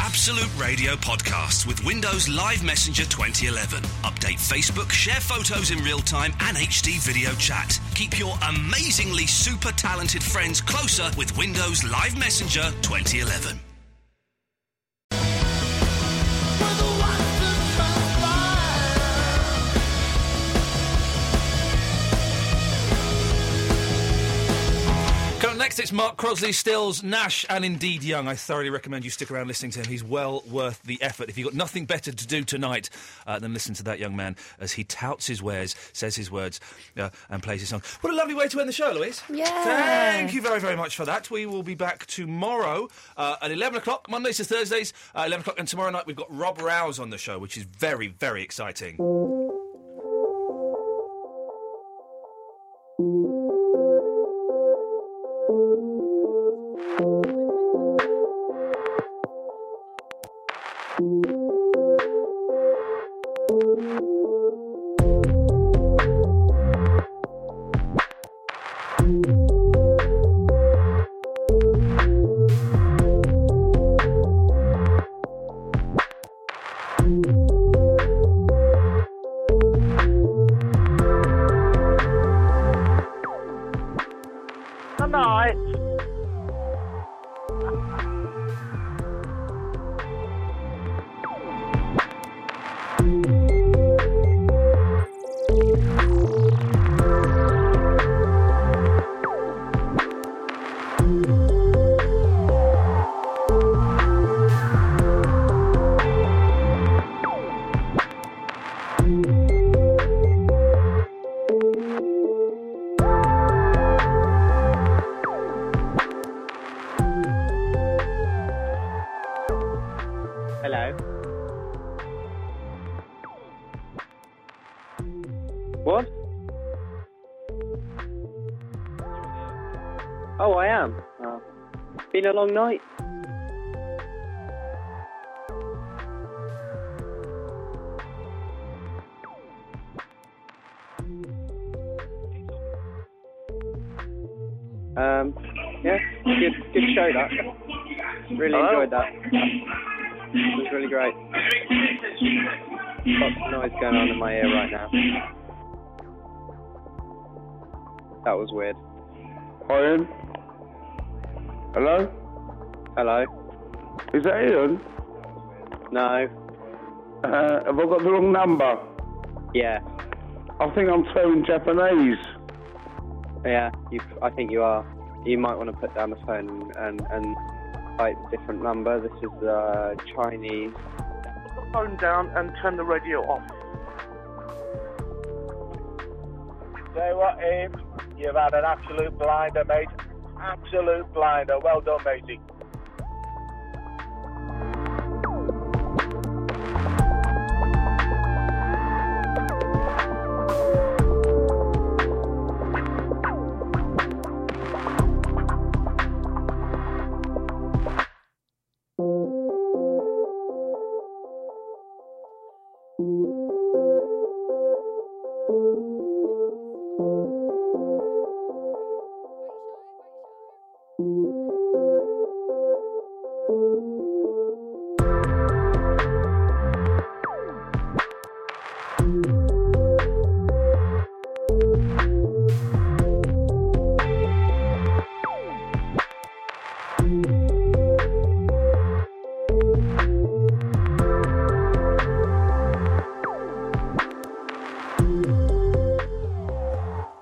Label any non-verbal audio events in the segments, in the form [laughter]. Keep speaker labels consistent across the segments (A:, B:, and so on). A: Absolute Radio podcasts with Windows Live Messenger 2011. Update Facebook, share photos in real time, and HD video chat. Keep your amazingly super talented friends closer with Windows Live Messenger 2011.
B: Coming up next, it's Mark Crosley, Stills, Nash, and indeed Young. I thoroughly recommend you stick around listening to him. He's well worth the effort. If you've got nothing better to do tonight, uh, then listen to that young man as he touts his wares, says his words, uh, and plays his song. What a lovely way to end the show, Louise.
C: Yeah.
B: Thank you very, very much for that. We will be back tomorrow uh, at 11 o'clock, Mondays to Thursdays, uh, 11 o'clock. And tomorrow night, we've got Rob Rouse on the show, which is very, very exciting.
D: Good night.
E: Hello. What? Oh, I am. Oh. Been a long night. Um, yeah, good, good show that. Really enjoyed that. It was really great. Lots of noise going on in my ear right now. That was weird.
F: Hi, Ian. Hello?
E: Hello?
F: Is that Ian?
E: No.
F: Uh, have I got the wrong number?
E: Yeah.
F: I think I'm phoning Japanese.
E: Yeah. You, I think you are. You might want to put down the phone and, and, and type a different number. This is uh, Chinese.
D: Put the phone down and turn the radio off. Say what, Eve? You've had an absolute blinder, mate. Absolute blinder. Well done, matey.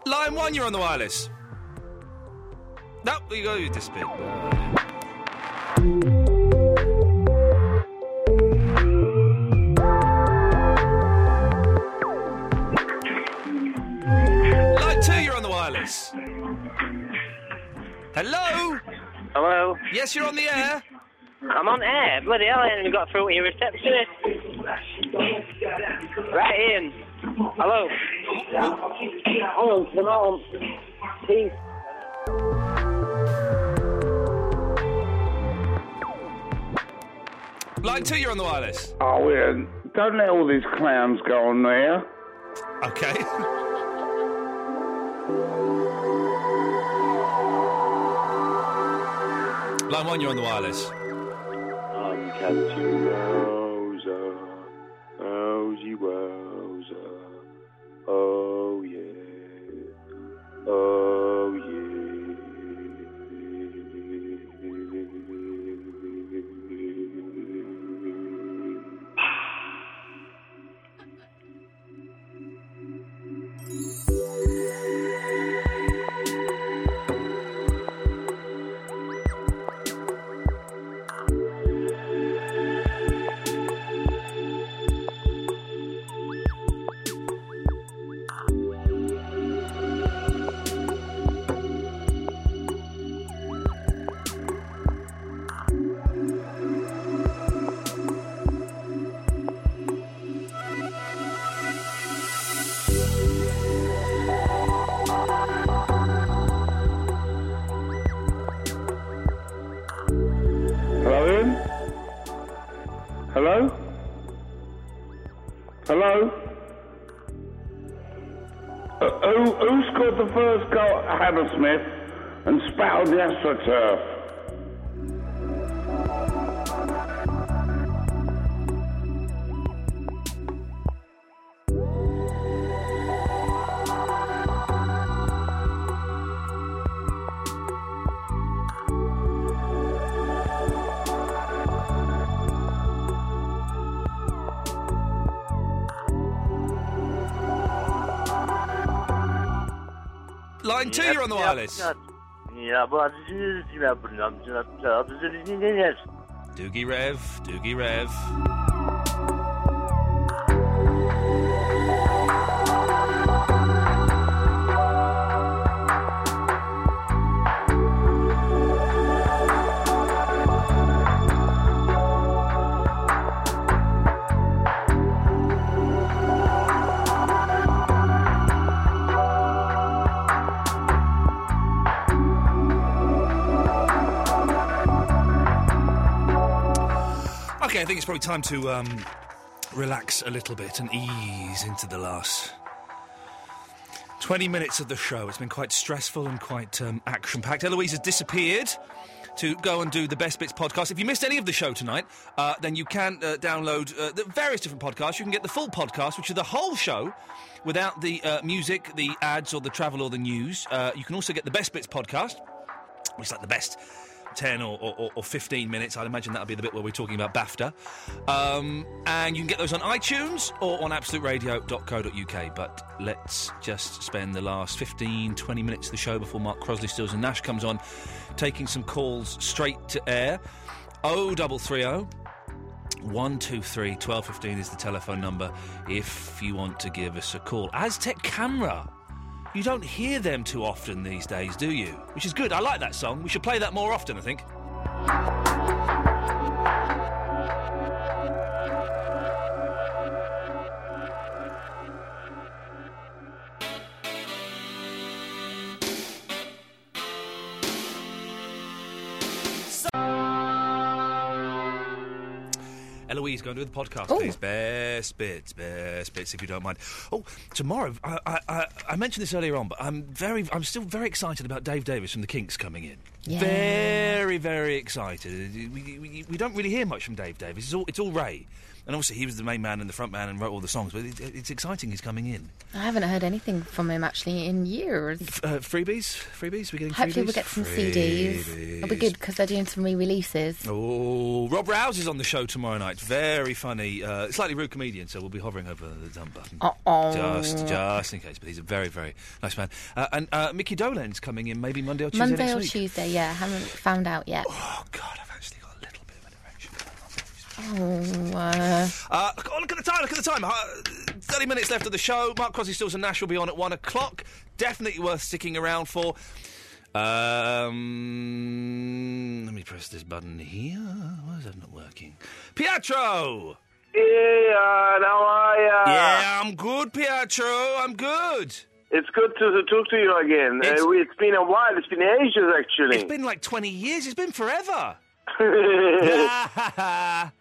B: Line one, you're on the wireless. No, you go you this bit. Line two, you're on the wireless. Hello?
G: Hello.
B: Yes, you're on the air.
G: I'm on air. Bloody hell, I haven't even got through to your receptionist. Right, Ian. Hello.
D: Oh, come on.
H: He's
B: Line two, you're on the wireless.
I: Oh, yeah. Don't let all these clowns go on there.
B: Okay. Line one, you're on the wireless.
C: I'm Captain Wowzer, Rosie Wowzer. Oh yeah, oh
I: Hello, Ian? Hello? Hello? Uh, who, who scored the first goal at Hammersmith and spouted the AstroTurf?
B: Line two, you're on the wireless.
D: uh,
B: Doogie Rev, Doogie Rev. Okay, I think it's probably time to um, relax a little bit and ease into the last 20 minutes of the show. It's been quite stressful and quite um, action packed. Eloise has disappeared to go and do the Best Bits podcast. If you missed any of the show tonight, uh, then you can uh, download uh, the various different podcasts. You can get the full podcast, which is the whole show without the uh, music, the ads, or the travel or the news. Uh, you can also get the Best Bits podcast, which is like the best 10 or, or, or 15 minutes. I'd imagine that'll be the bit where we're talking about BAFTA. Um, and you can get those on iTunes or on absoluteradio.co.uk. But let's just spend the last 15, 20 minutes of the show before Mark Crosley, Stills and Nash comes on, taking some calls straight to air. Oh, 0330 123 1215 is the telephone number if you want to give us a call. Aztec Camera. You don't hear them too often these days, do you? Which is good. I like that song. We should play that more often, I think. Eloise, go and do the podcast,
J: Oh.
B: please. Best bits, best bits, if you don't mind. Oh, tomorrow, I, I, I, I mentioned this earlier on, but I'm very, I'm still very excited about Dave Davis from the Kinks coming in.
J: Yeah.
B: Very, very excited. We, we, we don't really hear much from Dave Davis. It's all, it's all Ray, and obviously he was the main man and the front man and wrote all the songs. But it, it's exciting he's coming in.
J: I haven't heard anything from him actually in years.
B: Uh, freebies, freebies. We're getting
J: Hopefully,
B: freebies?
J: we'll get some CDs. It'll be
B: Freebies.
J: good because they're doing some re-releases.
B: Oh, Rob Rouse is on the show tomorrow night. Very funny, uh, slightly rude comedian. So we'll be hovering over the dumb button.
J: Uh-oh.
B: Just, just in case. But he's a very, very nice man. Uh, and uh, Mickey Dolan's coming in maybe Monday or Tuesday
J: Monday
B: next
J: or
B: week.
J: Tuesday, yeah. I haven't found out yet.
B: Oh, God,
J: I've actually got
B: a
J: little bit of an erection. Oh,
B: Uh, oh, look at the time, look at the time. Uh, 30 minutes left of the show. Mark Crosby, Stills and Nash will be on at 1 o'clock. Definitely worth sticking around for. Um, let me press this button here. Why is that not working? Pietro!
K: Ian, how are you?
B: Yeah, I'm good, Pietro. I'm good.
G: It's good to talk to you again.
B: It's-
G: Uh, we- it's been a while. It's been ages, actually.
B: It's been like 20 years. It's been forever.
G: [laughs]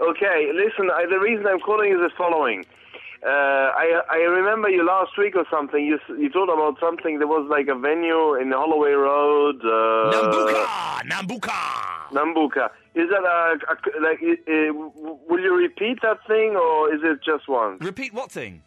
G: okay, listen. I, the reason I'm calling is the following. Uh, I I remember you last week or something. You s- you talked about something. There was like a venue in Holloway Road. Uh, Nambuka,
B: Nambuka,
G: Nambuka. Is that a, a- like? i i- w will you repeat that thing or is it just once?
B: Repeat what thing?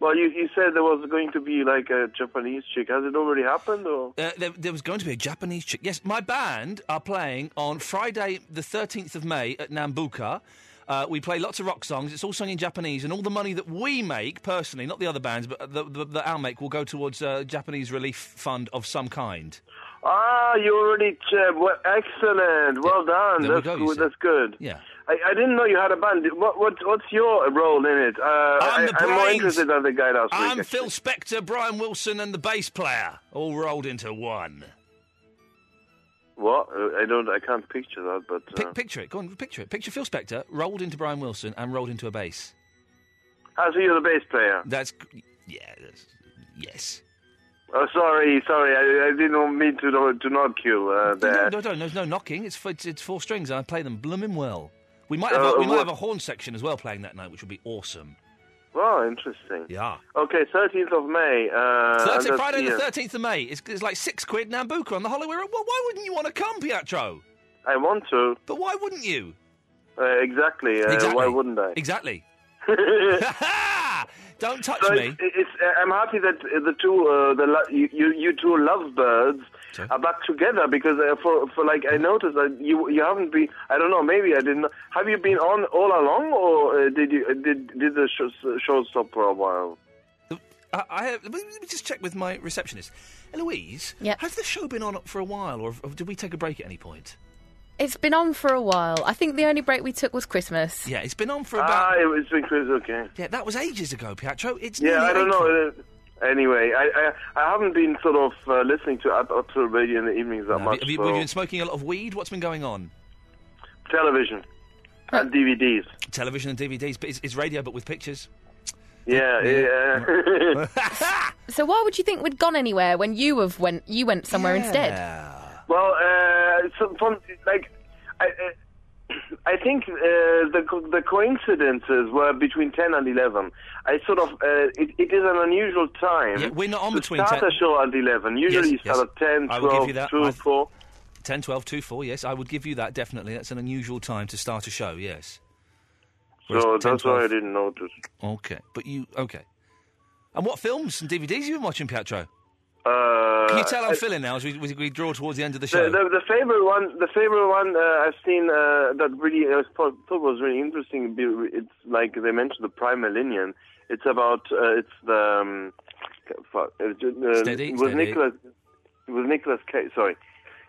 G: Well, you you said there was going to be like a Japanese chick. Has it already happened or?
B: Uh, there, there was going to be a Japanese chick. Yes, my band are playing on Friday, the 13th of May at Nambuka. Uh, we play lots of rock songs. It's all sung in Japanese, and all the money that we make personally, not the other bands, but the, the, that I'll make, will go towards a Japanese relief fund of some kind.
G: Ah, you already ch- well, excellent. Well done.
B: There we
G: that's
B: go, you
G: good.
B: see.
G: That's good.
B: Yeah.
G: I, I didn't know you had a band. What, what what's your role in it? Uh, I,
B: the
G: I'm more
B: brains.
G: interested than the guy last
B: I'm
G: week.
B: Phil Spector, Brian Wilson, and the bass player, all rolled into one.
G: What? Uh, I don't. I can't picture that. But uh,
B: Picture it. Go on, picture it. Picture Phil Spector rolled into Brian Wilson and rolled into a bass.
G: Ah, so you're the bass player.
B: That's yeah. That's, yes.
G: Oh, sorry, sorry. I, I didn't mean to no- to knock you
B: No,
G: uh, there.
B: no, no, no, no knocking. It's, f- it's it's four strings, and I play them blooming well. We might have
G: Uh,
B: a, we might
G: what-
B: have a horn section as well playing that night, which would be awesome.
G: Wow, Oh, interesting.
B: Yeah.
G: Okay, 13th of May. Uh, and
B: Thursday,
G: that's
B: Friday
G: here.
B: the thirteenth of May. It's, it's like six quid Nambuka on the Holloway Road. Well, why wouldn't you want to come, Pietro?
G: I want to.
B: But why wouldn't you?
G: Uh, exactly. Uh,
B: Exactly.
G: Why wouldn't I? [laughs]
B: Exactly. [laughs] Don't touch
G: so
B: me.
G: It's, it's, uh, I'm happy that uh, the two, uh, the lo- you, you, you two lovebirds are back together because uh, for for like I noticed that you you haven't been. I don't know. Maybe I didn't. Have you been on all along, or uh, did you uh, did did the show, show stop for a while?
B: I, I have, let, me, let me just check with my receptionist, Eloise. Has the show been on for a while, or, or did we take a break at any point?
J: It's been on for a while. I think the only break we took was Christmas.
B: Yeah, it's been on for about.
G: Ah, it, it's been crazy. Okay.
B: Yeah, that was ages ago, Pietro. It's
G: yeah,
B: nearly
G: I don't
B: April.
G: know. Uh, Anyway, I, I I haven't been sort of uh, listening to Ab- Absolute Radio in the evenings that
B: Have
G: much.
B: you, have you-
G: so
B: have you been smoking a lot of weed? What's been going on?
G: television and DVDs.
B: Television and DVDs, but it's, it's radio, but with pictures.
G: Yeah,
B: [laughs]
G: yeah.
J: So why would you think we'd gone anywhere when you have went you went somewhere instead?
G: Well, uh, so from like, I, I- I think uh, the co- the coincidences were between ten and eleven. I sort of uh, it, it is an unusual time.
B: Yeah, we're not on
G: to
B: between
G: start
B: 10
G: a show at eleven. Usually
B: Yes,
G: you start
B: yes.
G: at 10,
B: I will give
G: 12,
B: you that.
G: 2,
B: I-
G: 4.
B: 10, 12, 2, 4, yes, I would give you that, definitely. That's an unusual time to start a show, yes. Whereas
G: So
B: 10,
G: that's why I
B: 12
G: didn't notice.
B: Okay, but you, okay. And what films and DVDs have you been watching, Pietro?
G: Uh,
B: Can you tell I'm
G: I-
B: filling now as we, we, we draw towards the end of the
G: The,
B: show?
G: the, the favorite one, the favorite one uh, I've seen uh, that really I thought, thought was really interesting. be- It's like they mentioned the Primillennium. It's about uh, it's the um, fuck, uh, j- uh,
B: Steady,
G: with
B: steady.
G: Nicholas with Nicholas Cage. Sorry,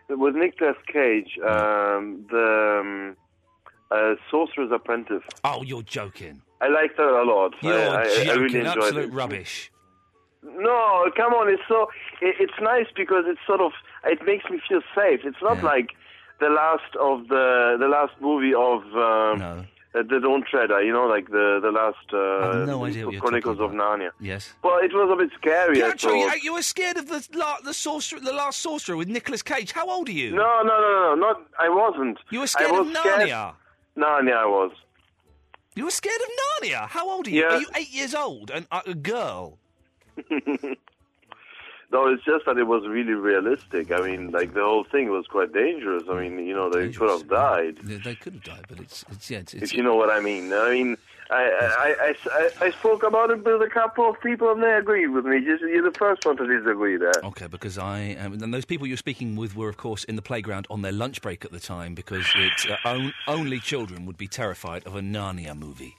G: with Nicholas Cage, um, the um, uh, Sorcerer's Apprentice.
B: Oh, you're joking.
G: I liked that a lot. I-
B: You're
G: I,
B: joking.
G: I really enjoyed
B: Absolute
G: it.
B: rubbish.
G: No, come on. It's so. It, it's nice because it's sort of. It makes me feel safe. It's not like the last of the the last movie of um, uh, the Don't Treader. You know, like the the last uh,
B: no idea what you're
G: Chronicles of Narnia.
B: Yes.
G: Well, it was a bit scary. I
B: Pietro, you,
G: thought.
B: you were scared of the, la, the, sorcerer, the last sorcerer with Nicolas Cage. How old are you?
G: No, no, no, no, not. I wasn't.
B: You were scared
G: I was
B: of
G: scared-
B: Narnia.
G: Narnia, I was.
B: You were scared of Narnia. How old are you?
G: Yeah.
B: Are you eight years old and uh, a
G: [laughs]
B: girl?
G: No, it's just that it was really realistic. I mean, like the whole thing was quite dangerous. I mean, you know, they could have died.
B: They, they could have died, but it's, it's yeah, it's, it's
G: if you know what I mean. I mean, I I, I, I, I spoke about it with a couple of people and they agreed with me. Just you're the first one to disagree there. [laughs]
B: Okay, because I um, and those people you're speaking with were, of course, in the playground on their lunch break at the time, because it, uh, on, only children would be terrified of a Narnia movie.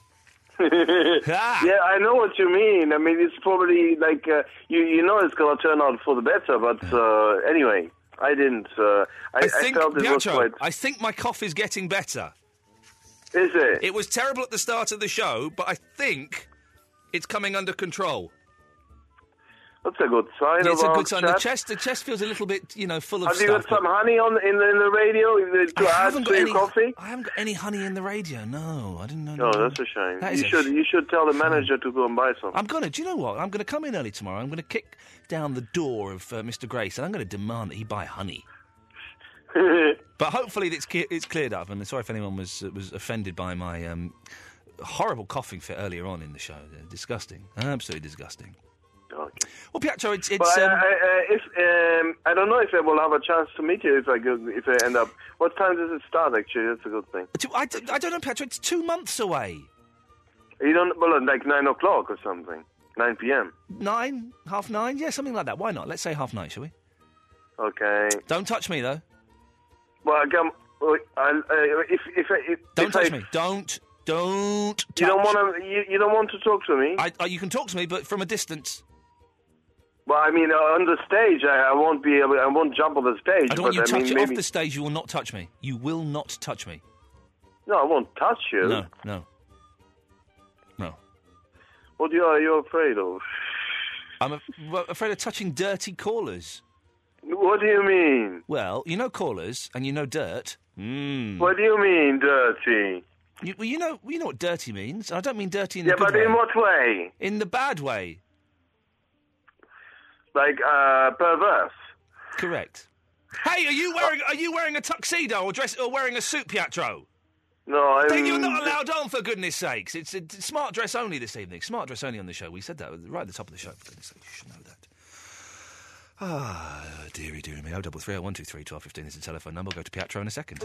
G: yeah, I know what you mean. I mean, it's probably like uh, you you know it's gonna turn out for the better. But uh, anyway, I didn't. Uh, I, I,
B: think,
G: felt it was
B: Pietro,
G: quite.
B: I think my cough is getting better.
G: Is it?
B: It was terrible at the start of the show, but I think it's coming under control.
G: That's a good sign.
B: it's a
G: of our
B: good sign. The
G: chat.
B: chest, the chest feels a little bit, you know, full of
G: Have you
B: stuff.
G: got some honey on in the, in the radio to
B: I
G: add
B: haven't
G: to
B: got
G: your
B: any.
G: coffee?
B: I haven't got any honey in the radio. No, I didn't know.
G: No,
B: that.
G: that's a shame.
B: That is
G: you
B: a
G: should you should tell the manager to go and buy some.
B: I'm gonna. Do you know what? I'm gonna come in early tomorrow. I'm gonna kick down the door of uh, Mr. Grace, and I'm gonna demand that he buy
G: [laughs]
B: honey. but hopefully, it's clear, it's cleared up. And sorry if anyone was uh, was offended by my um, horrible coughing fit earlier on in the show. They're disgusting, absolutely disgusting. Well, Pietro, it's. it's
G: but I-
B: um,
G: I, I, if um, I don't know if I will have a chance to meet you if I go, if I end up. What time does it start? Actually, that's a good thing.
B: Two, I, d- I don't know, Pietro. It's two months away.
G: You don't well like nine o'clock or something, nine p.m.
B: Nine, half nine, yeah, something like that. Why not? Let's say half nine, shall we?
G: Okay.
B: Don't touch me though.
G: Well, I come. well, I, I, if if, I, if
B: Don't
G: if
B: touch
G: I,
B: me. Don't. Don't.
G: You don't
B: touch-
G: want to. You, you don't want to talk to me.
B: I, I, you can talk to me, but from a distance.
G: Well, I mean, uh, on the stage, I, I won't be. able I won't jump on the stage.
B: I don't want
G: but
B: you
G: I
B: touch
G: mean,
B: it
G: maybe.
B: off the stage. You will not touch me. You will not touch me.
G: No, I won't touch you.
B: No, no.
G: What you are you afraid of?
B: I'm af- well, afraid of touching dirty callers.
G: What do you mean?
B: Well, you know callers, and you know dirt. Mm.
G: What do you mean, dirty?
B: You, well, you know, you know what dirty means. I don't mean dirty in
G: yeah,
B: the
G: but
B: good way.
G: in what way?
B: In the bad way.
G: Like uh, perverse.
B: Correct. Hey, are you wearing are you wearing a tuxedo or dress or wearing a suit, Pietro?
G: No, I'm.
B: Then you're not allowed on, for goodness sakes. It's, it's smart dress only this evening. Smart dress only on the show. We said that right at the top of the show, for goodness sake. You should know that. Ah, dearie, dearie me. 0330 123 1215 is the telephone number. We'll go to Pietro in a second.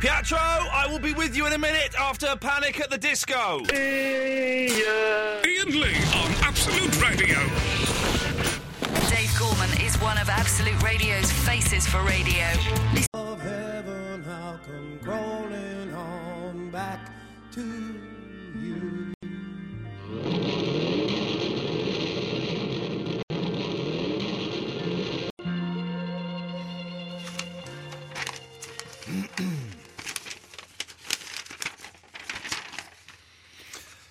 B: Pietro, I will be with you in a minute after Panic at the Disco.
L: Ian Lee on Absolute Radio.
M: Dave Gorman is one of Absolute Radio's faces for radio. Listen-
N: Rolling on back to you.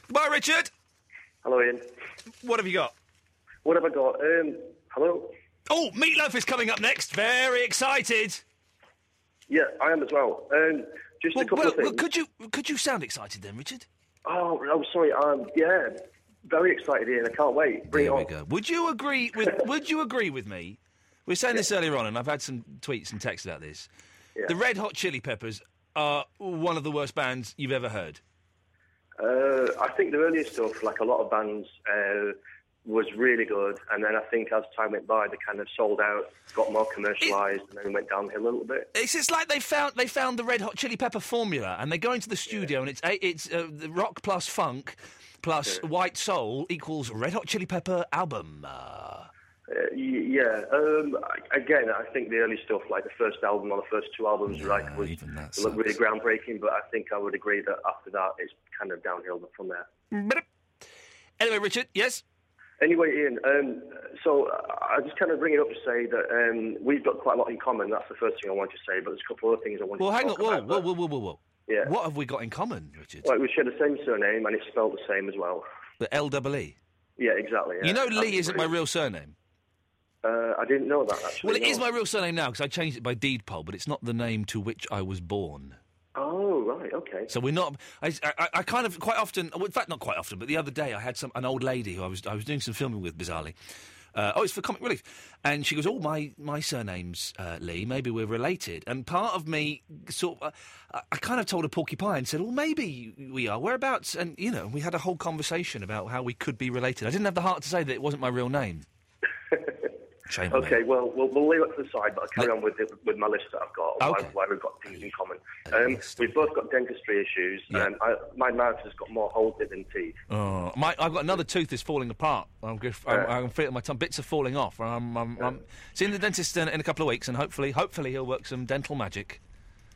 B: Goodbye, Richard.
O: Hello, Ian.
B: What have you got?
O: What have I got? Um, hello.
B: Oh, Meatloaf is coming up next. Very excited.
O: Yeah, I am as well. Um, just
B: well,
O: a couple
B: well,
O: of things.
B: well, could you could you sound excited then, Richard?
O: Oh, I'm sorry. Um, yeah, very excited, Ian. I can't wait. Bring
B: There
O: it
B: we
O: on.
B: go. Uh, Would you agree
O: [laughs]
B: with Would you agree with me? We were saying this earlier on, and I've had some tweets and texts about this.
O: Yeah.
B: The Red Hot Chili Peppers are one of the worst bands you've ever heard.
O: Uh, I think the earlier stuff, like a lot of bands, uh, was really good, and then I think as time went by, they kind of sold out, got more commercialised, and then went downhill a little bit.
B: It's it's like they found they found the Red Hot Chili Pepper formula, and they go into the studio, and it's a- it's uh, the rock plus funk plus white soul equals Red Hot Chili Pepper album. Uh,
O: Uh, y- yeah. Um, I- again, I think the early stuff, like the first album or the first two albums, like was
B: sucks.
O: really groundbreaking. But I think I would agree that after that, it's kind of downhill from there.
B: anyway, Richard, yes.
O: Anyway, Ian. Um, so I I just kind of bring it up to say that um, we've got quite a lot in common. That's the first thing I want to say. But there's a couple other things I want
B: well,
O: to
B: hang on,
O: talk
B: whoa,
O: about.
B: whoa, whoa, whoa, whoa, whoa.
O: Yeah.
B: What have we got in common, Richard?
O: Like we share the same surname and it's spelled the same as well.
B: The L double E.
O: Yeah, exactly. yeah.
B: You know,
O: That's
B: Lee isn't my
O: great.
B: real surname.
O: Uh, I didn't know that actually.
B: Well, it
O: no.
B: is my real surname now because I changed it by deed poll, but it's not the name to which I was born.
O: Oh right, okay.
B: So we're not. I, I, I kind of quite often. well, In fact, not quite often, but the other day I had some an old lady who I was I was doing some filming with bizarrely. Uh, oh, it's for comic relief, and she goes, "Oh, my my surname's uh, Lee. Maybe we're related." And part of me sort of, I, I kind of told a porcupine and said, "Well, maybe we are. Whereabouts?" And you know, we had a whole conversation about how we could be related. I didn't have the heart to say that it wasn't my real
O: [laughs]
B: name. Shame. on me.
O: Okay, well, we'll we'll leave it to the side, but I'll carry on with the, with my list that I've got. of
B: Okay.
O: Why, why we've got things in common. Um, we've both got dentistry issues, and I, my mouth has got more holes in it than teeth.
B: Oh, my, I've got another tooth that's falling apart. I'm, g- I'm,
O: Yeah.
B: I'm feeling my tongue. Bits are falling off. I'm, I'm, I'm seeing the dentist in, in a couple of weeks, and hopefully, hopefully he'll work some dental magic.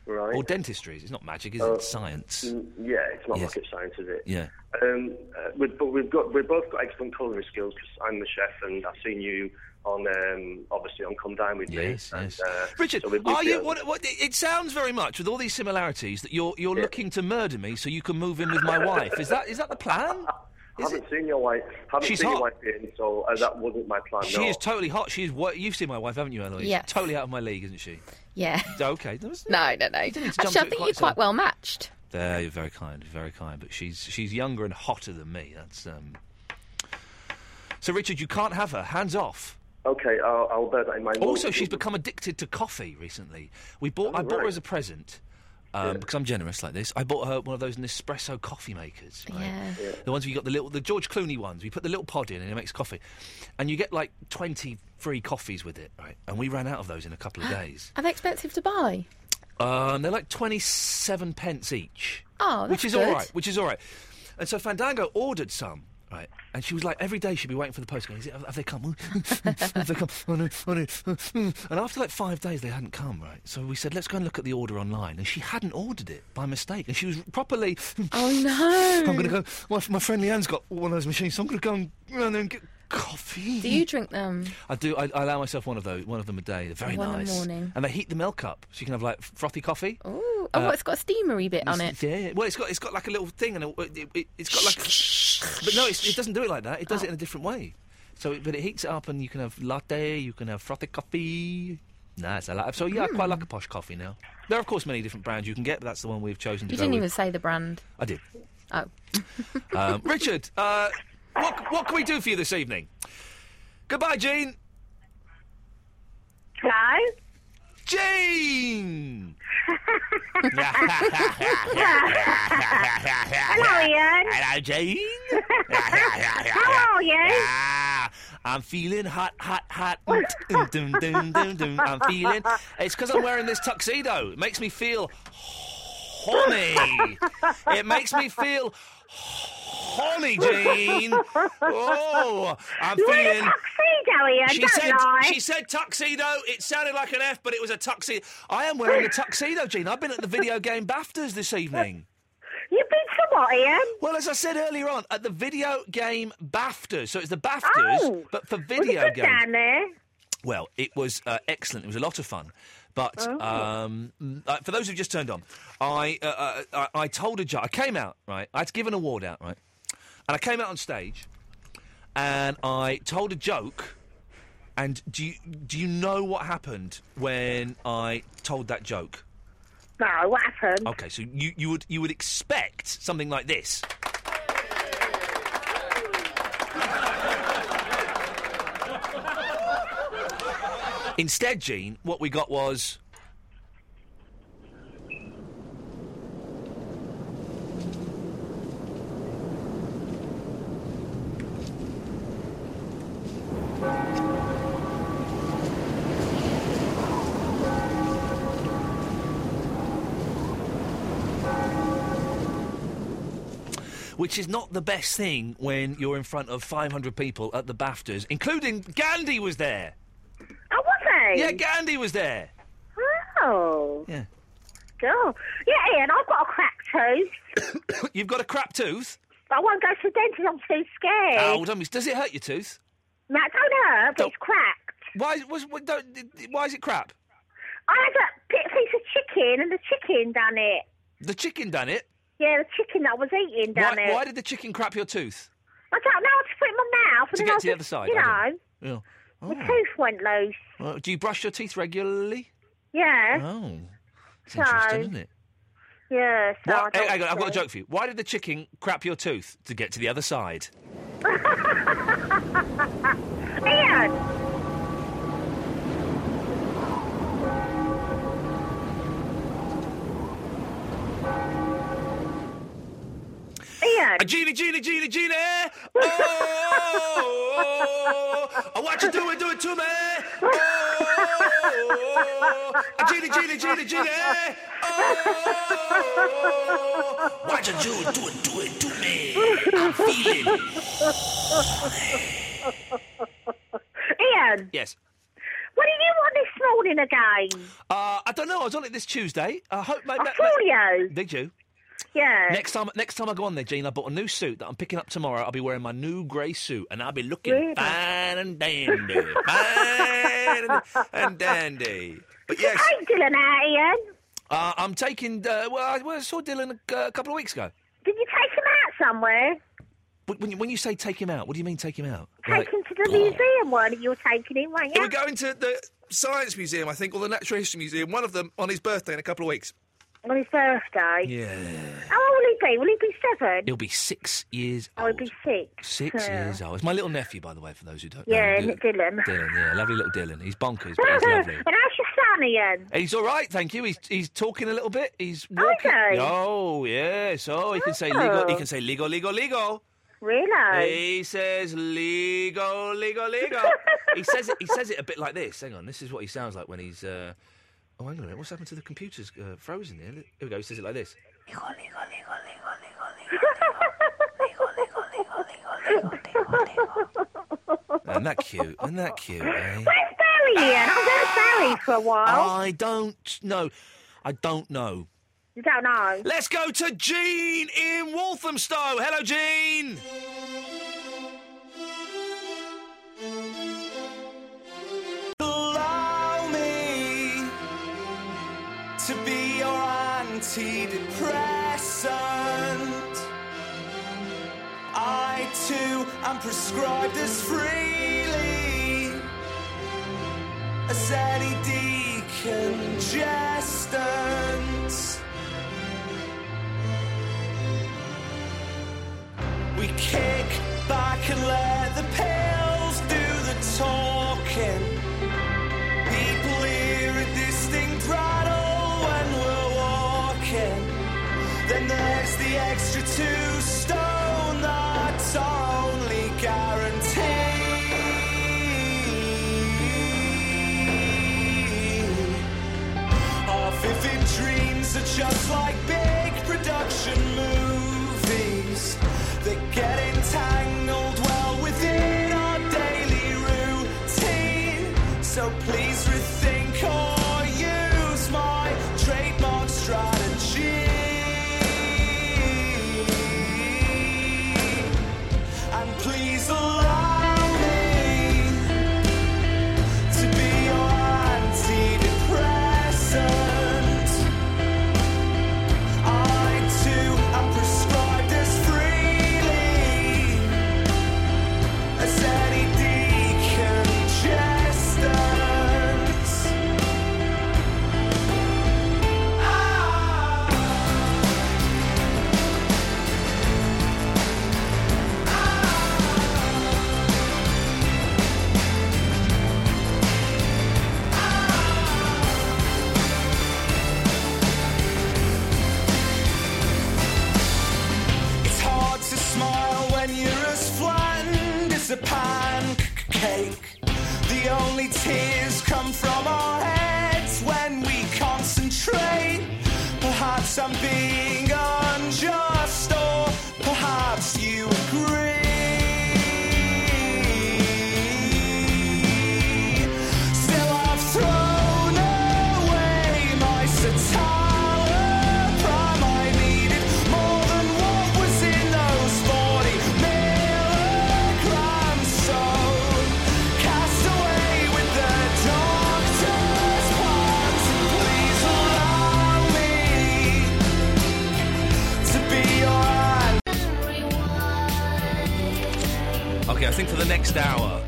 O: Right.
B: Or dentistry. It's not magic, is
O: Uh,
B: it? Science.
O: Mm, Yeah, it's not
B: Yes.
O: rocket science, is it?
B: Yeah.
O: Um, uh, we've, but we've got we've both got excellent culinary skills because I'm the chef and I've seen you on um, obviously on Come Down with
B: Yes,
O: Me. and,
B: yes.
O: uh,
B: Richard,
O: so we- we
B: are
O: feel-
B: you? What, what, it it sounds very much with all these similarities that you're you're looking to murder me so you can move in with my wife.
O: [laughs]
B: Is that is that the plan?
O: I haven't seen your wife. Haven't
B: She's
O: seen
B: hot.
O: your wife in, so uh, that wasn't my plan.
B: She
O: no.
B: is totally hot. She is. What you've seen my wife, haven't you, Eloise?
J: Yes.
B: Totally out of my league, isn't she?
J: Yeah.
B: Okay. that was-
J: No, no, no.
B: didn't need
J: Actually,
B: to jump to
J: I
B: it
J: think
B: quite
J: you're
B: so-
J: quite well matched.
B: There, you're very kind, very kind. But she's she's younger and hotter than me. That's um. So Richard, you can't have her. Hands off.
O: Okay, I'll, I'll bear that in mind.
B: Also, she's become addicted to coffee recently. We bought. I bought her
O: right.
B: as a present. Um, Because I'm generous like this, I bought her one of those Nespresso coffee makers. Right?
P: Yeah. Yeah.
B: The ones where you got the little, the George Clooney ones. We put the little pod in and it makes coffee, and you get like 20 free coffees with it, right? And we ran out of those in a
J: [gasps]
B: couple of days.
J: Are they expensive to buy?
B: Um, they're like 27 pence each.
J: Oh, that's
B: Which is
J: good.
B: all right, which is all right. And so Fandango ordered some, right? And she was like, every day she'd be waiting for the post going, Is it, have they come? [laughs] have they come? [laughs] Oh, no, oh, no. [laughs] And after like five days, they hadn't come, right? So we said, let's go and look at the order online. And she hadn't ordered it by mistake. And she was properly, [laughs]
J: Oh no!
B: I'm going to go, my, my friend Leanne's got one of those machines, so I'm going to go and round there and get coffee.
J: Do you drink them?
B: I do. I, I allow myself one of those, one of them a day. They're very
J: One a
B: nice.
J: morning.
B: And they heat the milk up, so you can have like frothy coffee. Uh,
J: Ooh,
P: Uh,
J: oh, it's got a steamery bit on it.
B: Yeah, yeah. Well, it's got it's got like a little thing, and it, it, it, it's got like. but no, it's, it doesn't do it like that. It does it in a different way. So, it, but it heats it up, and you can have latte, you can have frothy coffee. Nice, I like. So yeah, I quite like a posh coffee now. There are of course many different brands you can get, but that's the one we've chosen to
J: You
B: go
J: didn't
B: with.
J: even say the brand.
B: I did.
J: Oh, [laughs]
B: Um, Richard, uh, what what can we do for you this evening? Goodbye, Jean. [laughs]
E: Hello?
B: Jean.
E: Hello, Ian.
B: [laughs] Hello, Jean.
E: How are you?
B: Ah, I'm feeling hot, hot, hot. Mm, mm, dum, dum, dum, dum. I'm feeling. It's because I'm wearing this tuxedo. It makes me feel horny. It makes me feel horny, Jean. Oh, I'm
E: You're in a
B: feeling.
E: tuxedo, Ian,
B: She
E: don't
B: said.
E: lie.
B: She said tuxedo. It sounded like an F, but it was a tuxedo. I am wearing a tuxedo, Jean. I've been at the video game Baftas this evening.
E: You've been to what, Ian?
B: Well, as I said earlier on, at the video game BAFTAs. So it's the BAFTAs,
E: Oh.
B: but for
E: Was it
B: video
E: good
B: games.
E: down there?
B: Well, it was uh, excellent. It was a lot of fun. But
E: Oh.
B: um, mm, uh, for those who've just turned on, I, uh, uh, I I told a judge, I came out, right? I had to give an award out, right? And I came out on stage and I told a joke. And do you, do you know what happened when I told that joke?
E: No, what happened?
B: Okay, so you, you would you would expect something like this. Instead, Gene, what we got was which is not the best thing when you're in front of 500 people at the BAFTAs, including Gandhi was there.
E: Oh, was he?
B: Yeah, Gandhi was there. [coughs]
E: Oh.
B: Yeah.
E: Cool. Yeah, Ian, I've got a crack tooth.
B: You've got a crap tooth.
E: but I won't go to the dentist. I'm too scared.
B: Oh, hold on, miss. does it hurt your tooth?
E: No, it don't hurt. but It's cracked.
B: Why is, was, what- don't, why is it crap?
E: I had a pi- piece of chicken, and the chicken done it.
B: The chicken done it.
E: Yeah, the chicken that I was eating
B: Why,
E: done it.
B: why did the chicken crap your tooth?
E: I don't know how to put it in my mouth. and
B: To
E: then
B: get
E: I
B: to the
E: just-
B: other side,
E: You
B: I Oh.
E: know,
B: Yeah.
E: my tooth went loose.
B: Well, do you brush your teeth regularly?
E: Yeah.
B: Oh, it's
E: So-
B: interesting, isn't it?
E: Yeah,
B: Why- hey,
E: so I don't
B: hang on, I've got a
E: think-
B: joke for you. Why did the chicken crap your tooth to get to the other side?
E: Ian! Ian!
B: A Gina, Gina, Gina, Gina! Oh, oh, oh, oh, what you doing? Do it to me! Oh, oh, oh, Gina, Gina, Gina, Gina! Oh, what you doing? Do it, do it to me! I'm feeling.
E: Ian,
B: Yes.
E: what did you want this morning again?
B: Uh, I don't know. I was on it this Tuesday. I hope maybe.
E: I saw you.
B: Did you?
E: Yeah.
B: Next time, next time I go on there, Jean, I bought a new suit that I'm picking up tomorrow. I'll be wearing my new grey suit, and I'll be looking
E: Really?
B: fine and dandy, fine and, and dandy. But yes,
E: Hi, Dylan out Ian.
B: uh, I'm taking. Uh, well, I, well, I saw Dylan a, uh, a couple of weeks ago.
E: Did you take him out somewhere?
B: But when, you- when you say take him out, what do you mean take him out?
E: Take him to the museum, weren't you? You were taking him, weren't you?
P: We're going to the Science Museum, I think, or the Natural History Museum, one of them on his birthday in a couple of weeks.
E: On his birthday.
B: Yeah.
E: How old will he be? Will he be seven?
B: He'll be six years
E: Oh, he'll be six.
B: Six
E: Yeah.
B: years old. It's my little nephew, by the way, for those who don't
E: Yeah,
B: know.
E: and Dylan.
B: Dylan, yeah, lovely little Dylan. He's bonkers, but
E: [laughs]
B: he's
E: and how's
B: lovely.
E: your son, Ian?
B: He's all right, thank you. He's he's talking a little bit. He's walking.
E: Okay.
B: Oh yes. Oh, he can say
E: Oh.
B: legal. He can say legal, legal, legal.
E: Really?
B: He says legal, legal, legal.
E: [laughs]
B: he says it. He says it a bit like this. Hang on. This is what he sounds like when he's. Uh... Oh, hang on a minute. What's happened to the computer's uh, frozen there? Here we go. He says it like
E: [laughs]
B: this. Isn't that cute? Isn't that cute? Eh?
E: [laughs] Where's Barry, Ian? I was at Barry for a while.
B: I don't know. I don't know.
E: you don't know.
B: Let's go to Jean in Walthamstow. Hello, Jean.
N: Allow me to be your antidepressant. I too am prescribed as freely as any decongestant. We kick back and let the pills do the talking. People hear a distinct rattle when we're walking. Then there's the extra two stone that's our only guarantee. Our vivid dreams are just like big production movies that get entangled well within our daily routine. So please rethink or use my trademark strategy. And please allow me to be your antidepressant. I too am prescribed as freely as any decongestant. Ah! It's hard to smile when you're as flattened as a pancake. The only tears come from our heads when we concentrate. Perhaps I'm being unjust, or perhaps you agree. Still, I've thrown away my satire prime. I needed more than what was in those 40 milligrams. So, cast away with the doctor's plans. And please allow me to be your
B: Okay, I think for the next hour,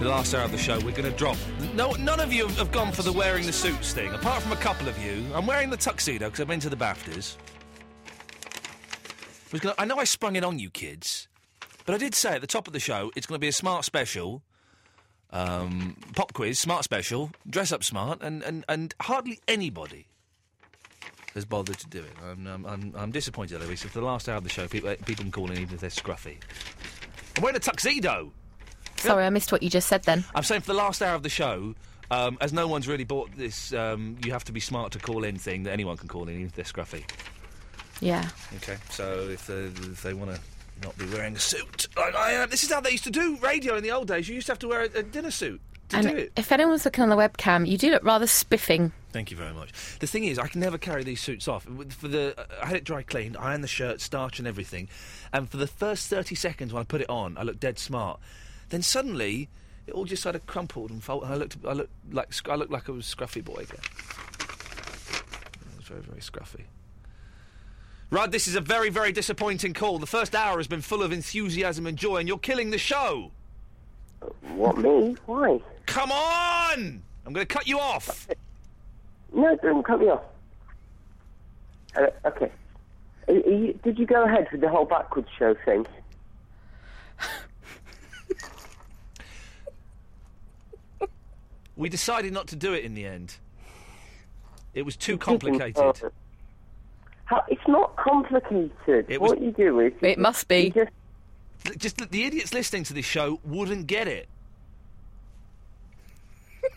B: the last hour of the show, we're going to drop. No, none of you have gone for the wearing the suits thing, apart from a couple of you. I'm wearing the tuxedo because I've been to the Baftas. Was gonna- I know I sprung it on you kids, but I did say at the top of the show it's going to be a smart special, um, pop quiz, smart special, dress up smart, and, and, and hardly anybody has bothered to do it. I'm, I'm, I'm, I'm disappointed, Eloise. If the last hour of the show, people, people can call in even if they're scruffy. I'm wearing a tuxedo.
J: Sorry, I missed what you just said then.
B: I'm saying for the last hour of the show, um, as no one's really bought this, um, you have to be smart to call in thing that anyone can call in, even if they're scruffy.
J: Yeah.
B: Okay, so if, uh, if they want to not be wearing a suit, like I am, this is how they used to do radio in the old days. You used to have to wear a, a dinner suit.
P: to
J: and
P: do it.
J: if anyone's looking on the webcam, you do look rather spiffing.
B: Thank you very much. The thing is, I can never carry these suits off. With- For the, I had it dry cleaned, ironed the shirt, starch and everything, and for the first thirty seconds when I put it on, I looked dead smart. Then suddenly, it all just sort of crumpled and folded, and I looked, I looked like, sc- I looked like I was a scruffy boy again. It was very, very scruffy. Rud, this is a very, very disappointing call. The first hour has been full of enthusiasm and joy, and you're killing the show.
Q: What, me? Why?
B: Come on! I'm going to cut you off.
Q: No, don't cut me off. Uh, okay. Are- are you- did you go ahead with the whole backwards show thing?
B: We decided not to do it in the end. It was too
Q: didn't,
B: complicated.
Q: uh, How, it's not complicated.
B: It was-
Q: what you do is... It must be. Just,
B: L- Just the- the idiots listening to this show wouldn't get it.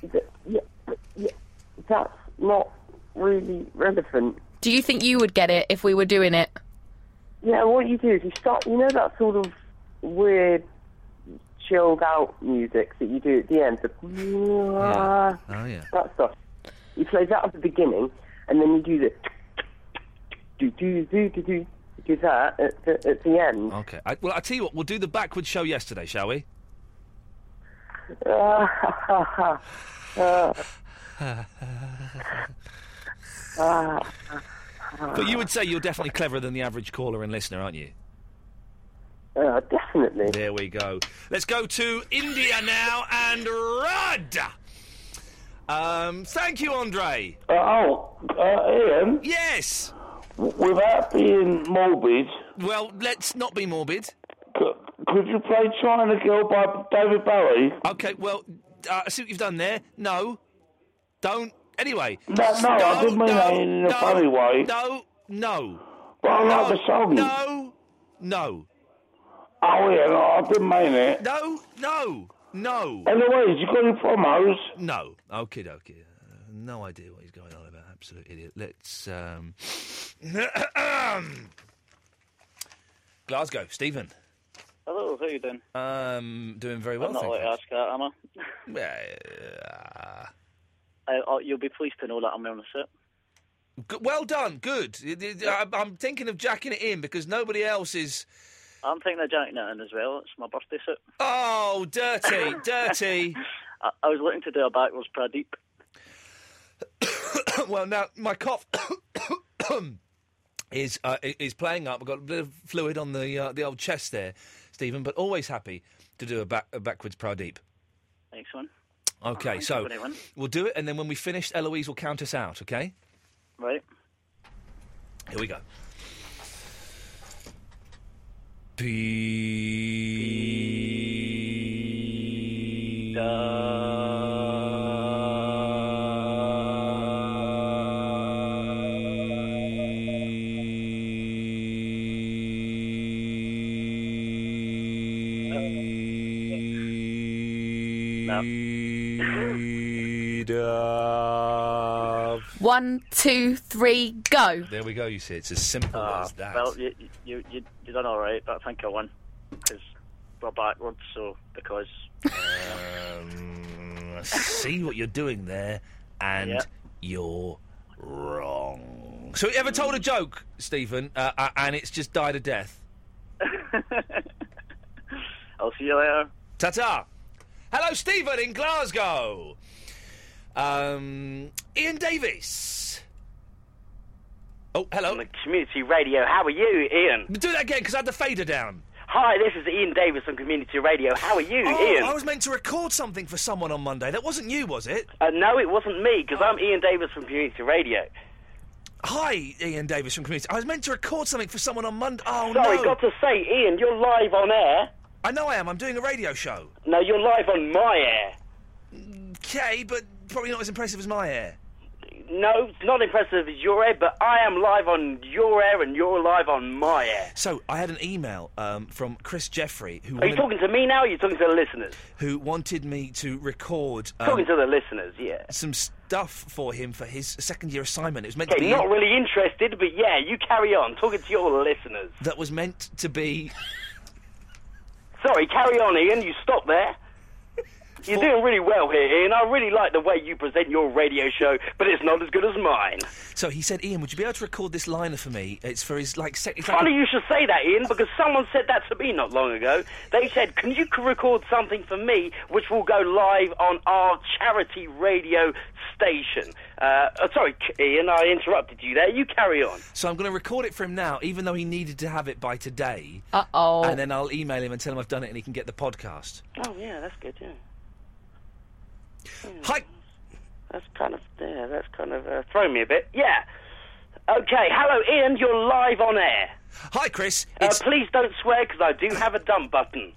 Q: yeah, but yeah, that's not really relevant.
J: Do you think you would get it if we were doing it?
Q: Yeah, what you do is you start, you know, that sort of weird, chilled out music that you do at the end. The
B: Oh, yeah.
Q: That stuff. You play that at the beginning, and then you do the do do do do do do that at the, at the end. [laughs]
B: Okay. I, well, I tell you what, we'll do the backward show yesterday, shall we?
Q: Uh, uh, uh,
B: But you would say you're definitely cleverer than the average caller and listener, aren't you?
Q: uh, definitely.
B: There we go. Let's go to India now and Rudd. Um, thank you, Andre.
R: oh, uh, Ian.
B: Yes.
R: Without being morbid,
B: Well, let's not be morbid.
R: could you play China Girl by David Bowie?
B: Okay. Well, uh, I see what you've done there. No, don't. Anyway.
R: No, no, I didn't mean that in a funny way.
B: No, no.
R: But I like
B: no,
R: the song.
B: No, no,
R: Oh, yeah, no, I didn't mean it.
B: no, no, no.
R: Eloise, you got any promos?
B: No. Okie dokie. Uh, no idea what he's going on about. Absolute idiot. Let's. Um... [coughs] Glasgow, Stephen.
S: Hello, how you doing?
B: Um, doing very well.
S: I'm not
B: thank
S: allowed
B: you.
S: to ask that, am I?
B: Yeah.
S: I, I? You'll be pleased to know that I'm on the set.
B: G- Well done, good. It- it- I- I'm thinking of jacking it in because nobody else is.
S: I'm thinking of jacking it in as well. It's my birthday suit.
B: Oh,
S: [laughs]
B: dirty, dirty.
S: I, I was looking to do a backwards Pradeep.
B: [coughs] well, now my cough [coughs] is uh, i- is playing up. I've got a bit of fluid on the uh, the old chest there, Stephen. But always happy to do a, back, a backwards Pradeep.
S: Next one.
B: Okay,
S: Thanks,
B: so
S: everyone.
B: we'll do it, and then when we finish, Eloise will count us out. Okay,
S: Right.
B: here we go. P.
J: One, two, three, go.
B: There we go. You see, it's as simple as
S: Ah,
B: that.
S: Well, you you you you done all right, but I think I won because we're backwards. So because
B: Um, I see what you're doing there, and
S: Yeah.
B: you're wrong. So, you ever told a joke, Stephen, uh, uh, and it's just died a death?
S: I'll see you later.
B: Ta ta! Hello, Stephen in Glasgow! Um, Ian Davis. Oh, hello.
T: Community Radio. How are you, Ian?
B: Do that again, because I had the fader down.
T: Hi, this is Ian Davis on Community Radio. How are you,
B: Oh,
T: Ian?
B: I was meant to record something for someone on Monday. That wasn't you, was it?
T: Uh, no, it wasn't me, because I'm Ian Davis from Community Radio.
B: Hi, Ian Davis from Community. I was meant to record something for someone on Monday. Oh,
T: Sorry,
B: no.
T: got to say, Ian, you're live on air.
B: I know I am. I'm doing a radio show.
T: No, you're live on my air.
B: Okay, but probably not as impressive as my air.
T: No, it's not impressive as your air, but I am live on your air and you're live on my air.
B: So I had an email um, from Chris Jeffrey who
T: Are
B: wanted,
T: you talking to me now or are you talking to the listeners?
B: who wanted me to record um,
T: talking to the listeners, yeah.
B: some stuff for him for his second year assignment. It was meant to
T: Okay,
B: be
T: not really interested, but yeah, you carry on, talking to your listeners.
B: that was meant to be.
T: Sorry, carry on, Ian, you stop there. You're doing really well here, Ian. I really like the way you present your radio show, but it's not as good as mine.
B: So he said, Ian, would you be able to record this liner for me? It's for his like. Sec- it's like
T: Funny you should say that, Ian, because someone said that to me not long ago. They said, "Can you c- record something for me, which will go live on our charity radio station?" Uh, oh, sorry, K- Ian, I interrupted you there. You carry on.
B: So I'm going to record it for him now, even though he needed to have it by today.
J: Uh oh.
B: And then I'll email him and tell him I've done it, and he can get the podcast.
T: Oh yeah, that's good. Yeah.
B: Hi.
T: That's kind of yeah. That's kind of uh, thrown me a bit. Yeah. Okay. Hello, Ian. You're live on air.
B: Hi, Chris.
T: Uh, please don't swear because I do have a dump button.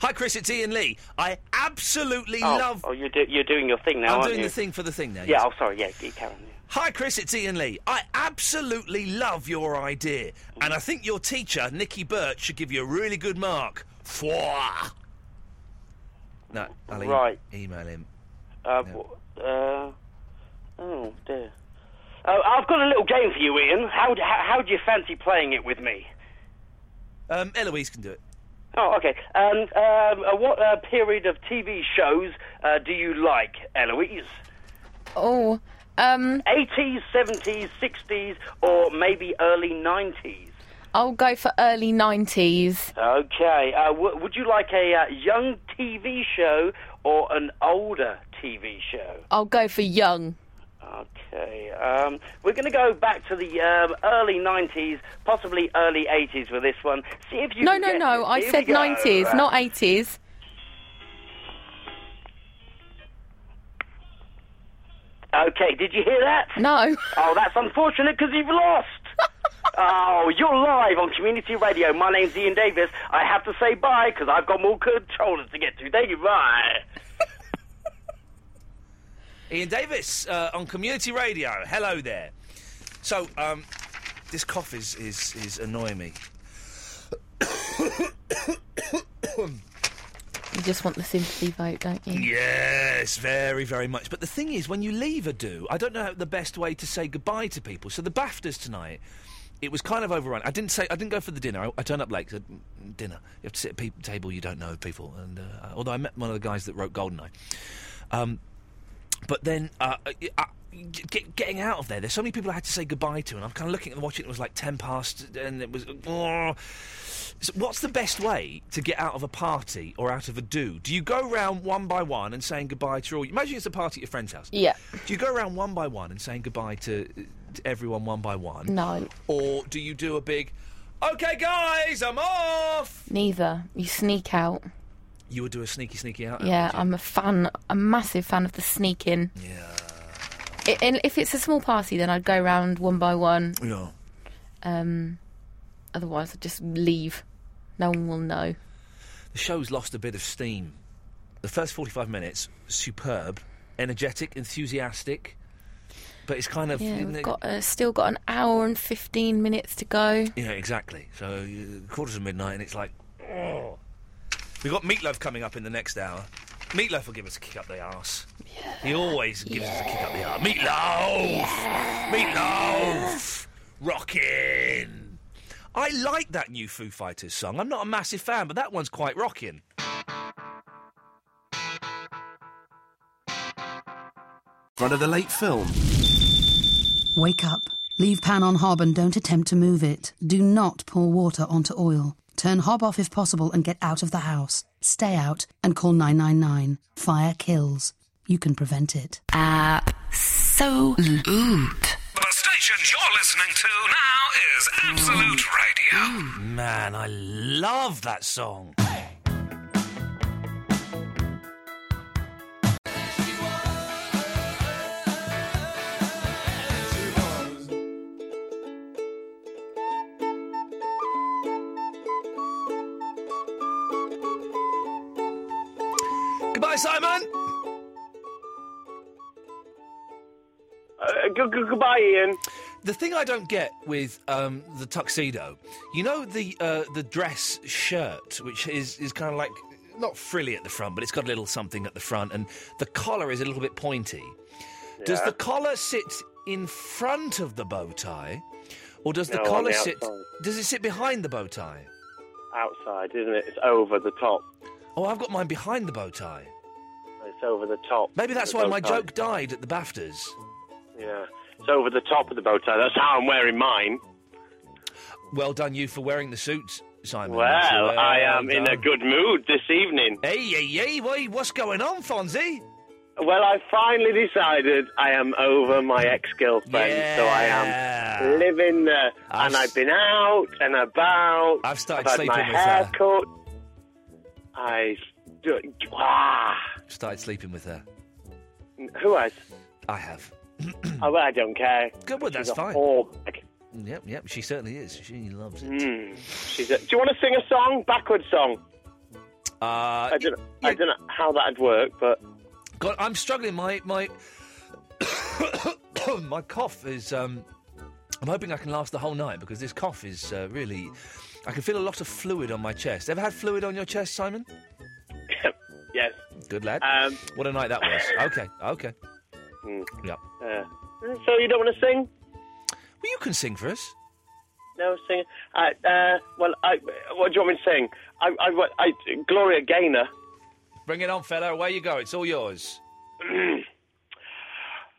B: Hi, Chris. It's Ian Lee. I absolutely
T: oh,
B: love.
T: Oh, you're, do- you're doing your thing now,
B: I'm
T: aren't
B: doing
T: you?
B: the thing for the thing now.
T: Yeah.
B: yes.
T: Oh, sorry. Yeah. You carry on.
B: Hi, Chris. It's Ian Lee. I absolutely love your idea, and I think your teacher, Nikki Burt, should give you a really good mark. Fwa. No, I'll e-
T: Right.
B: email him.
T: Uh, w- uh, oh dear. Oh, I've got a little game for you, Ian. How do, how, how do you fancy playing it with me?
B: Um, Eloise can do it.
T: Oh, okay. Um, um, uh, what uh, period of TV shows uh, do you like, Eloise?
J: Oh. Um,
T: 80s, 70s, 60s, or maybe early 90s?
J: I'll go for early 90s.
T: Okay. Uh, w- would you like a uh, young TV show or an older TV show?
J: I'll go for young. [coughs]
T: Okay. Um, we're going to go back to the um, early 90s, possibly early 80s with this one. See if you
J: no,
T: can
J: no,
T: get
J: no.
T: it.
J: I
T: Here we
J: said
T: go.
J: 90s, not 80s.
T: Okay, did you hear that?
J: No.
T: Oh, that's unfortunate because you've lost. oh, you're live on community radio. My name's Ian Davis. I have to say bye because I've got more controllers to get to. Thank you. Bye.
B: Ian Davis uh, on Community Radio. Hello there. So, um, this cough is, is, is annoying me.
J: You just want the sympathy vote, don't you?
B: Yes, very, very much. But the thing is, when you leave a do, I don't know how- the best way to say goodbye to people. So the BAFTAs tonight, it was kind of overrun. I didn't say I didn't go for the dinner. I, I turned up late. 'cause I- mm, dinner. You have to sit at a peop table you don't know people. And uh, although I met one of the guys that wrote Goldeneye, um, but then uh, I, I, get, getting out of there, there's so many people I had to say goodbye to, and I'm kind of looking at the watch. It was like ten past, and it was. "Oh." So what's the best way to get out of a party or out of a do? Do you go round one by one and saying goodbye to all? Imagine it's a party at your friend's house.
J: Yeah.
B: Do you go around one by one and saying goodbye to, to everyone one by one?
J: No.
B: Or do you do a big, okay, guys, I'm off?
J: Neither. You sneak out.
B: You would do a sneaky, sneaky out.
J: Yeah, I'm a fan, a massive fan of the sneaking. Yeah. and if it's a small party, then I'd go round one by one.
B: Yeah.
J: Um, otherwise, I'd just leave. No one will know.
B: The show's lost a bit of steam. The first 45 minutes, superb, energetic, enthusiastic, but it's kind of.
J: yeah,
B: isn't
J: we've
B: it-
J: got uh, still got an hour and fifteen minutes to go.
B: Yeah, exactly. So you- quarters of midnight, and it's like, oh. We've got Meatloaf coming up in the next hour. Meatloaf will give us a kick up the arse. He always gives us a kick up the arse. Meatloaf! Meatloaf! Rockin'! I like that new Foo Fighters song. I'm not a massive fan, but that one's quite rockin'.
U: Front of the late film.
V: Wake up. Leave pan on hob and don't attempt to move it. Do not pour water onto oil. Turn hob off if possible and get out of the house. Stay out and call 999. Fire kills. You can prevent it. Absolute.
L: The station you're listening to now is Absolute Radio.
B: Man, I love that song. Goodbye, Simon. Uh, goodbye, Ian. The thing I don't get with um, the tuxedo, you know the uh, the dress shirt, which is is kind of like not frilly at the front, but it's got a little something at the front, and the collar is a little bit pointy. Does
W: Yeah.
B: the collar sit in front of the bow tie, or does the
W: No, on
B: collar
W: the
B: sit?
W: outside.
B: Does it sit behind the bow tie?
W: Outside, isn't it? It's over the top.
B: Oh, I've got mine behind the bow tie.
S: It's over the top.
B: Maybe that's
S: The
B: why
S: bow
B: my
S: tie.
B: joke died at the BAFTAs.
S: Yeah. It's over the top of the bow tie. That's how I'm wearing mine.
B: Well done you for wearing the suits, Simon. uh,
S: Well, I am in a
B: done.
S: good mood this evening.
B: Hey, hey, hey, why- what's going on, Fonzie?
S: Well, I finally decided I am over my ex-girlfriend, so I am living there. and I've been out and about.
B: I've started
S: I've had
B: sleeping
S: my
B: with
S: hair
B: her.
S: cut. I do- ah,
B: Started sleeping with her.
S: who has?
B: I have. [clears throat]
S: Oh, well, I don't care.
B: Good, well, that's
S: She's a
B: fine.
S: whore.
B: Mm, Yep, yep, she certainly is. She loves it.
S: Mm. She's a, do you want to sing a song? Backward song.
B: Uh,
S: I don't. I don't know how that'd work, but
B: God, I'm struggling. My my [coughs] my cough is. Um, I'm hoping I can last the whole night because this cough is uh, really. I can feel a lot of fluid on my chest. Ever had fluid on your chest, Simon?
S: yes.
B: Good lad.
S: Um,
B: what a night that was. okay, okay. Yep.
S: Uh, so you don't want to sing?
B: Well, you can sing for us.
S: No, sing. I, uh, well, I, what do you want me to sing? I, I, I, Gloria Gaynor.
B: Bring it on, fella. Away you go. It's all yours.
S: [clears throat]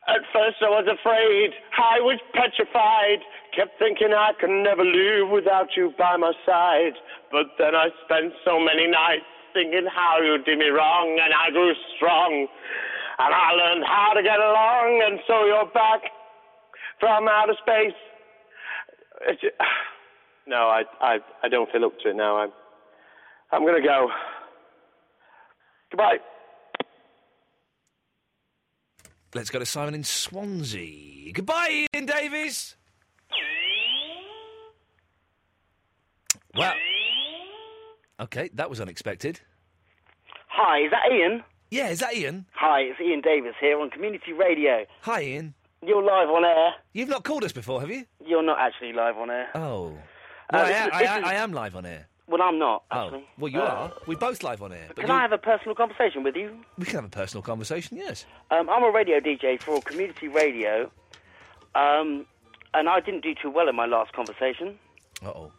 S: At first I was afraid, I was petrified. Kept thinking I could never live without you by my side. But then I spent so many nights thinking how you did me wrong, and I grew strong. And I learned how to get along, and so you're back from outer
B: [laughs]
S: space. [laughs] It's- [sighs] No, I, I, I don't feel up to it now. I'm, I'm gonna go. Goodbye.
B: Let's go to Simon in Swansea. Goodbye, Ian Davies. Well, okay, that was unexpected.
T: Hi, is that Ian?
B: Yeah, is that Ian?
T: Hi, it's Ian Davis here on Community Radio.
B: Hi, Ian.
T: You're live on air.
B: You've not called us before, have you?
T: You're not actually live on air.
B: Oh.
T: Uh,
B: Well, I,
T: this
B: am,
T: is-
B: I,
T: this
B: I,
T: is-
B: I am live on air.
T: Well, I'm not,
B: Oh,
T: actually.
B: well, you
T: Uh,
B: are. We're both live on air. But
T: Can
B: you're-
T: I have a personal conversation with you?
B: we can have a personal conversation, yes.
T: Um, I'm a radio DJ for Community Radio, um, and I didn't do too well in my last conversation.
B: Uh oh.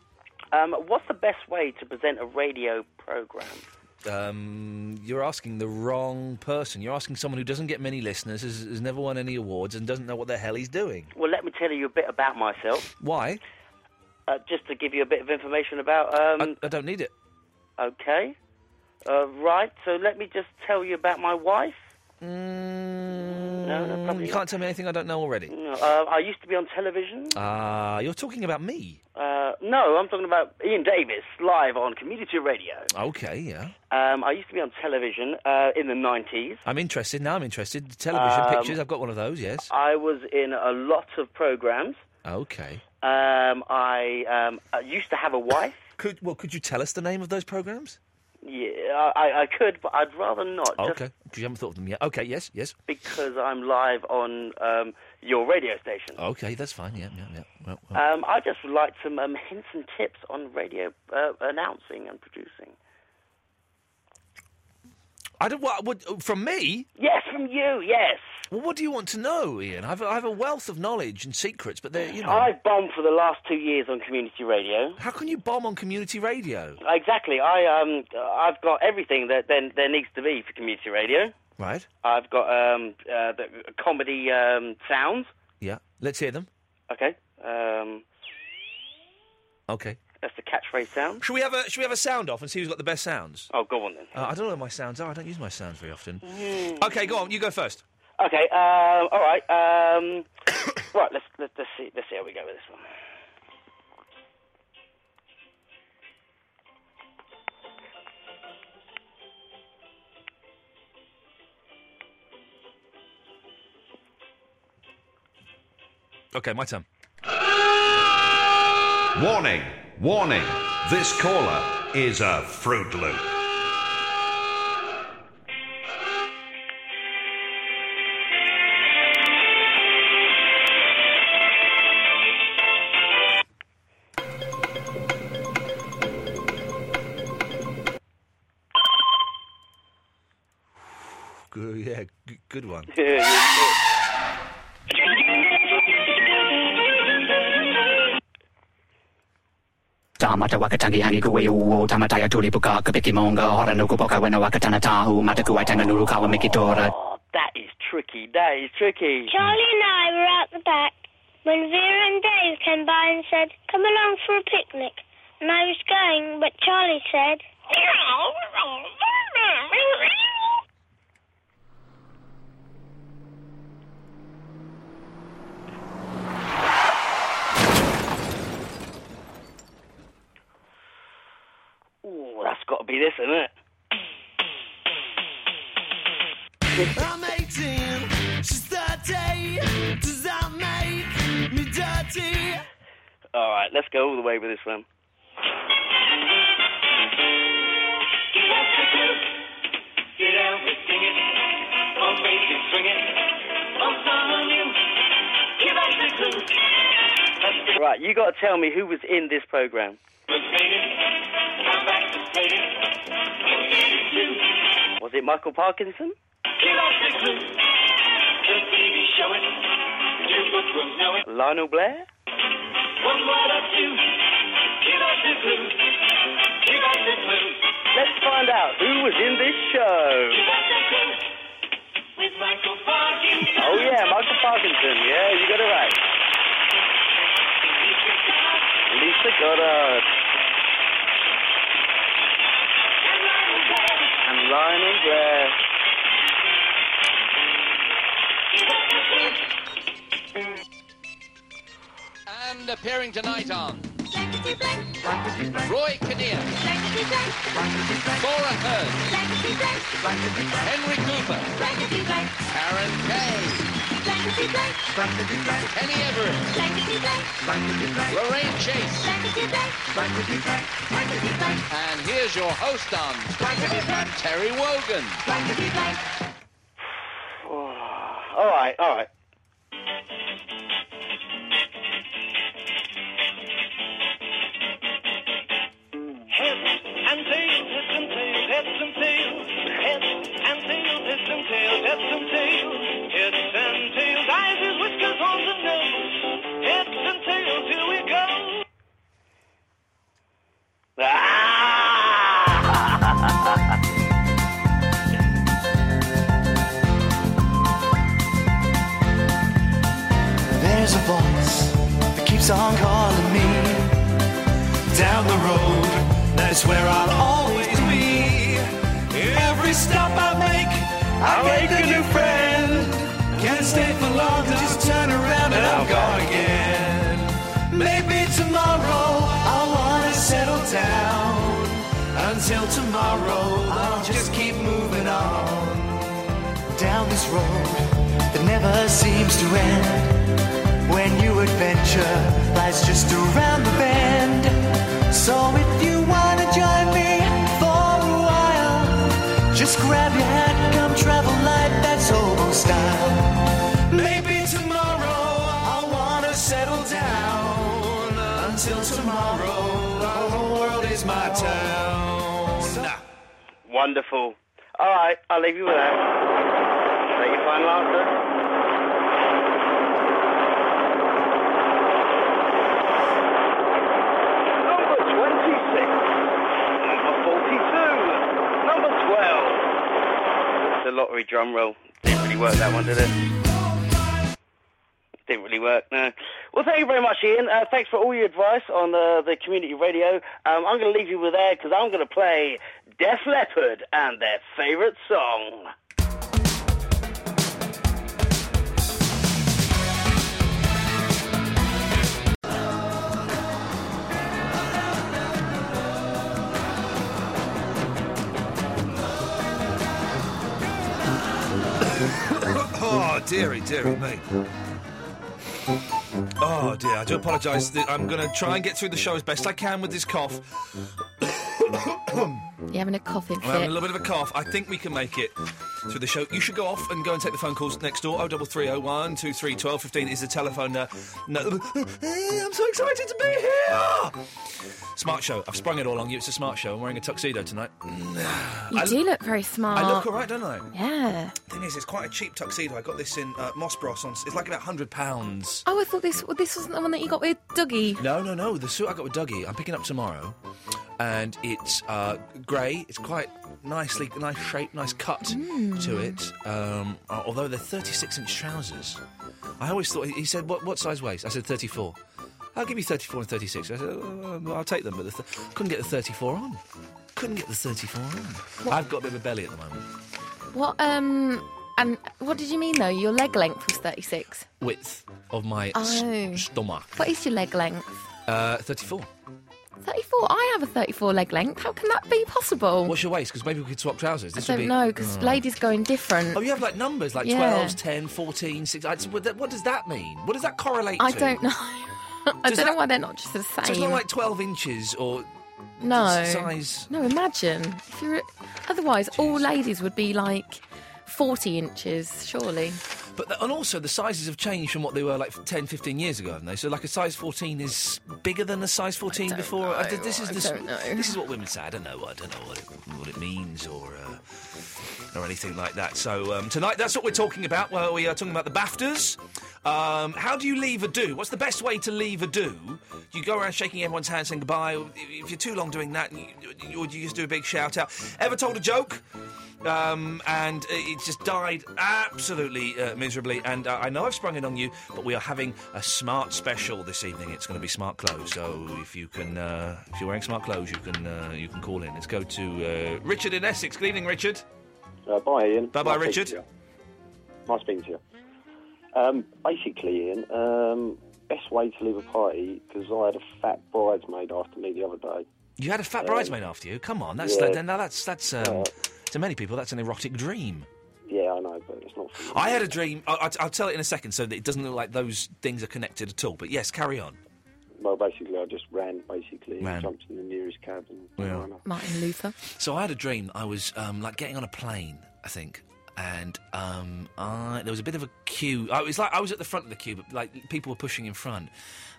T: Um, what's the best way to present a radio program?
B: Um, you're asking the wrong person. You're asking someone who doesn't get many listeners, has, has never won any awards, and doesn't know what the hell he's doing.
T: Well, let me tell you a bit about myself,
B: Why?
T: uh, just to give you a bit of information about. Um,
B: I don't need it.
T: Okay. Uh, right, so let me just tell you about my wife. no, no,
B: Mm,
T: probably
B: you
T: not.
B: can't tell me anything I don't know already.
T: Uh, I used to be on television.
B: Ah, you're talking about me.
T: Uh, no, I'm talking about Ian Davis live on community radio.
B: Okay, yeah.
T: Um, I used to be on television uh, in the 90s.
B: I'm interested. Now I'm interested. Television
T: Um,
B: pictures. I've got one of those. Yes.
T: I was in a lot of programs.
B: Okay.
T: Um, I, um, I used to have a wife.
B: Could well, could you tell us the name of those programs?
T: Yeah, I, I could, but I'd rather not. Uh, just
B: Okay. Because you haven't thought of them yet. Okay. Yes. Yes.
T: because I'm live on um, your radio station.
B: Okay. That's fine. Yeah. Yeah. Yeah. Well, well.
T: Um, I just would like some um, hints and tips on radio uh, announcing and producing.
B: I don't. What would from me?
T: Yes, from you. Yes.
B: Well, what do you want to know, Ian? I've I have a wealth of knowledge and secrets, but they're you know.
T: I've bombed for the last two years on community radio.
B: How can you bomb on community radio?
T: Exactly. I um, I've got everything that there, there needs to be for community radio.
B: Right.
T: I've got um, uh, the comedy um, sounds.
B: Yeah. Let's hear them.
T: Okay. Um,
B: Okay.
T: that's the catchphrase sound.
B: Should we have a Should we have a sound off and see who's got the best sounds?
T: Oh, go on then.
B: Uh, I don't know what my sounds are. I don't use my sounds very often. Okay, go on. You go first.
T: Hmm. Okay. Um, all right. Um, [coughs] right. Let's, let's let's see let's see how we go with this one.
B: Okay, my turn.
W: Warning, warning. This caller is a Fruit Loop.
B: Good, yeah, g- good one.
X: sa mata wakatangi hangi kuwe uo tamataya tulipuka kapiki monga hora nukupoka wena wakatana tahu matakuwa tanga nuru kawa mikitora
T: That is tricky. That is tricky.
Y: Charlie and I were out the back when Vera and Dave came by and said, Come along for a picnic. And I was going, but Charlie said,
T: Ooh, that's got to be this, isn't it?
E: I'm 18, she's 30. Does that make me dirty?
T: All right, let's go all the way with this one.
E: Get out and sing it. I'll make you swing it. I'll summon you. Give us the clue. Let's get
T: Right, you got to tell me who was in this program.
E: frustrated. Come back to play it. We'll get it too.
T: Was it Michael Parkinson?
E: Give us the clue. Just baby, show it. You but will know it.
T: Lionel Blair?
E: One word or two. Give us the clue. Give us the clue.
T: Let's find out who was in this show.
E: Give us the clue. With Michael Parkinson.
T: Oh yeah, Michael Parkinson. Yeah, you got it right. Lisa Goddard. And Lionel Blair.
W: And appearing tonight on Roy Kinnear, Laura Hearn, Henry Cooper, Aaron Kay, Kenny Everett, Lorraine Chase, and here's your host on Terry Wogan.
T: [sighs] All right, all right.
E: Heads and tails, heads and tails, heads and tails, heads and tails, heads and tails, heads and tails, heads and tails, eyes is whiskers, horns and nose, heads and tails, here we go.
T: Ah!
N: There's a voice that keeps on calling me down the road. That's where I'll always be. Every stop I make, I make a new friend. Can't stay for long, just turn around and I'm gone again.
B: Oh,
N: Maybe tomorrow I'll wanna settle down. Until tomorrow, I'll just keep moving on down this road that never seems to end. When you adventure lies just around the bend. So if you wanna join me for a while, just grab your hat, come travel light, that's hobo style. Maybe tomorrow I wanna settle down. Until tomorrow, the whole world is my
B: [coughs]
N: town.
T: Wonderful. All right, I'll leave you with that. Is that your final answer? Number 26. Number 42. Number 12. The lottery drum roll. Didn't really work that one, did it? Didn't really work, no. Well, thank you very much, Ian. Uh, thanks for all your advice on uh, the community radio. Um, I'm going to leave you with there because I'm going to play Def Leppard and their favourite song.
B: oh, dearie, dearie me. Oh dear, I do apologise. Th- I'm going to try and get through the show as best I can with this cough.
J: You're having a coughing
B: We're having a
J: fit.
B: little bit of a cough. I think we can make it through the show. You should go off and go and take the phone calls next door. Oh, 03301 23 1215 is the telephone. Uh, no, [gasps] I'm so excited to be here! smart show. I've sprung it all on you. It's a smart show. I'm wearing a tuxedo tonight.
J: You
B: I-
J: do look very smart.
B: I look all right, don't I?
J: Yeah.
B: Thing is, it's quite a cheap tuxedo. I got this in uh, Moss Bros. On, it's like about hundred pounds.
J: Oh, I thought this this wasn't the one that you got with Dougie.
B: No, no, no. The suit I got with Dougie, I'm picking up tomorrow, and it's uh, grey. It's quite nicely, nice shape, nice cut to it. Um, uh, although they're 36 inch trousers. I always thought he said, "What, what size waist?" I said 34. I'll give you 34 and 36. I said, "Oh, well, I'll take them, but the th- couldn't get the 34 on. Couldn't get the 34 on. I've got a bit of a belly at the moment.
J: What um and what did you mean though? Your leg length was 36.
B: Width of my
J: Oh.
B: s- stomach.
J: What is your leg length?
B: Uh, 34.
J: 34. I have a 34 leg length. How can that be possible?
B: What's your waist? Because maybe we could swap trousers.
J: I
B: This would
J: don't
B: be...
J: know because
B: Oh.
J: ladies go in different.
B: Oh, you have like numbers like
J: Yeah.
B: 12s, 10, 14, 6. I- what that- What does that mean? What does that correlate
J: I
B: to?
J: don't know. [laughs] I
B: Does
J: don't know
B: that-
J: why they're not just the same.
B: So it's not like 12 inches or.
J: no
B: the size-
J: No, imagine if you're. Otherwise, all ladies would be like 40 inches, surely.
B: But the- and also the sizes have changed from what they were like 10, 15 years ago, haven't they? So like a size 14 is bigger than a size 14 before. I-
J: know,
B: this is
J: I
B: the,
J: don't know.
B: this is what women say. I don't know. I don't know what it, what it means or uh, or anything like that. So um, tonight that's what we're talking about. Well, we are talking about the Baftas. Um, how do you leave a do? What's the best way to leave a do? Do you go around shaking everyone's hand saying goodbye? Or If you're too long doing that, you, you- or do you just do a big shout out? Ever told a joke? um, and it just died absolutely uh, miserably. And uh, I know I've sprung it on you, but we are having a smart special this evening. It's going to be smart clothes. So if you can, uh, if you're wearing smart clothes, you can uh, you can call in. Let's go to uh, Richard in Essex. Good evening, Richard.
C: Uh, bye, Ian.
B: Bye, bye,
C: Nice speaking
B: Richard.
C: to you. Nice speaking to you. Um, basically, Ian, um, best way to leave a party because I had a fat bridesmaid after me the other day.
B: You had a fat
C: Um,
B: bridesmaid after you. Come on, that's
C: yeah.
B: that, now that's that's um, to many people that's an erotic dream.
C: Yeah, I know, but it's not.
B: I had a dream. I, I, will tell it in a second, so that it doesn't look like those things are connected at all. But yes, carry on.
C: Well, basically, I just ran. Basically,
B: Ran.
C: jumped in the nearest cab and
B: Yeah.
C: ran up.
J: Martin Luther.
B: So I had a dream. that I was um, like getting on a plane, I think, and um, I, there was a bit of a queue. I was like I was at the front of the queue, but like people were pushing in front,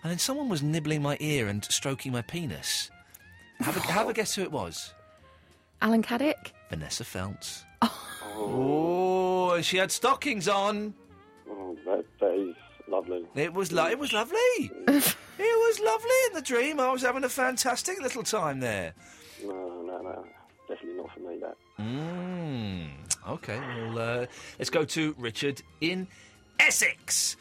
B: and then someone was nibbling my ear and stroking my penis. Have a, have a guess who it was?
J: Alan Caddick?
B: Vanessa Feltz. Oh, and she had stockings on.
C: Oh, that, that is lovely.
B: It was lo- it was lovely.
C: [laughs]
B: it was lovely in the dream. I was having a fantastic little time there.
C: No, no, no, definitely not for me. That.
B: Mm, okay, well, uh, let's go to Richard in Essex.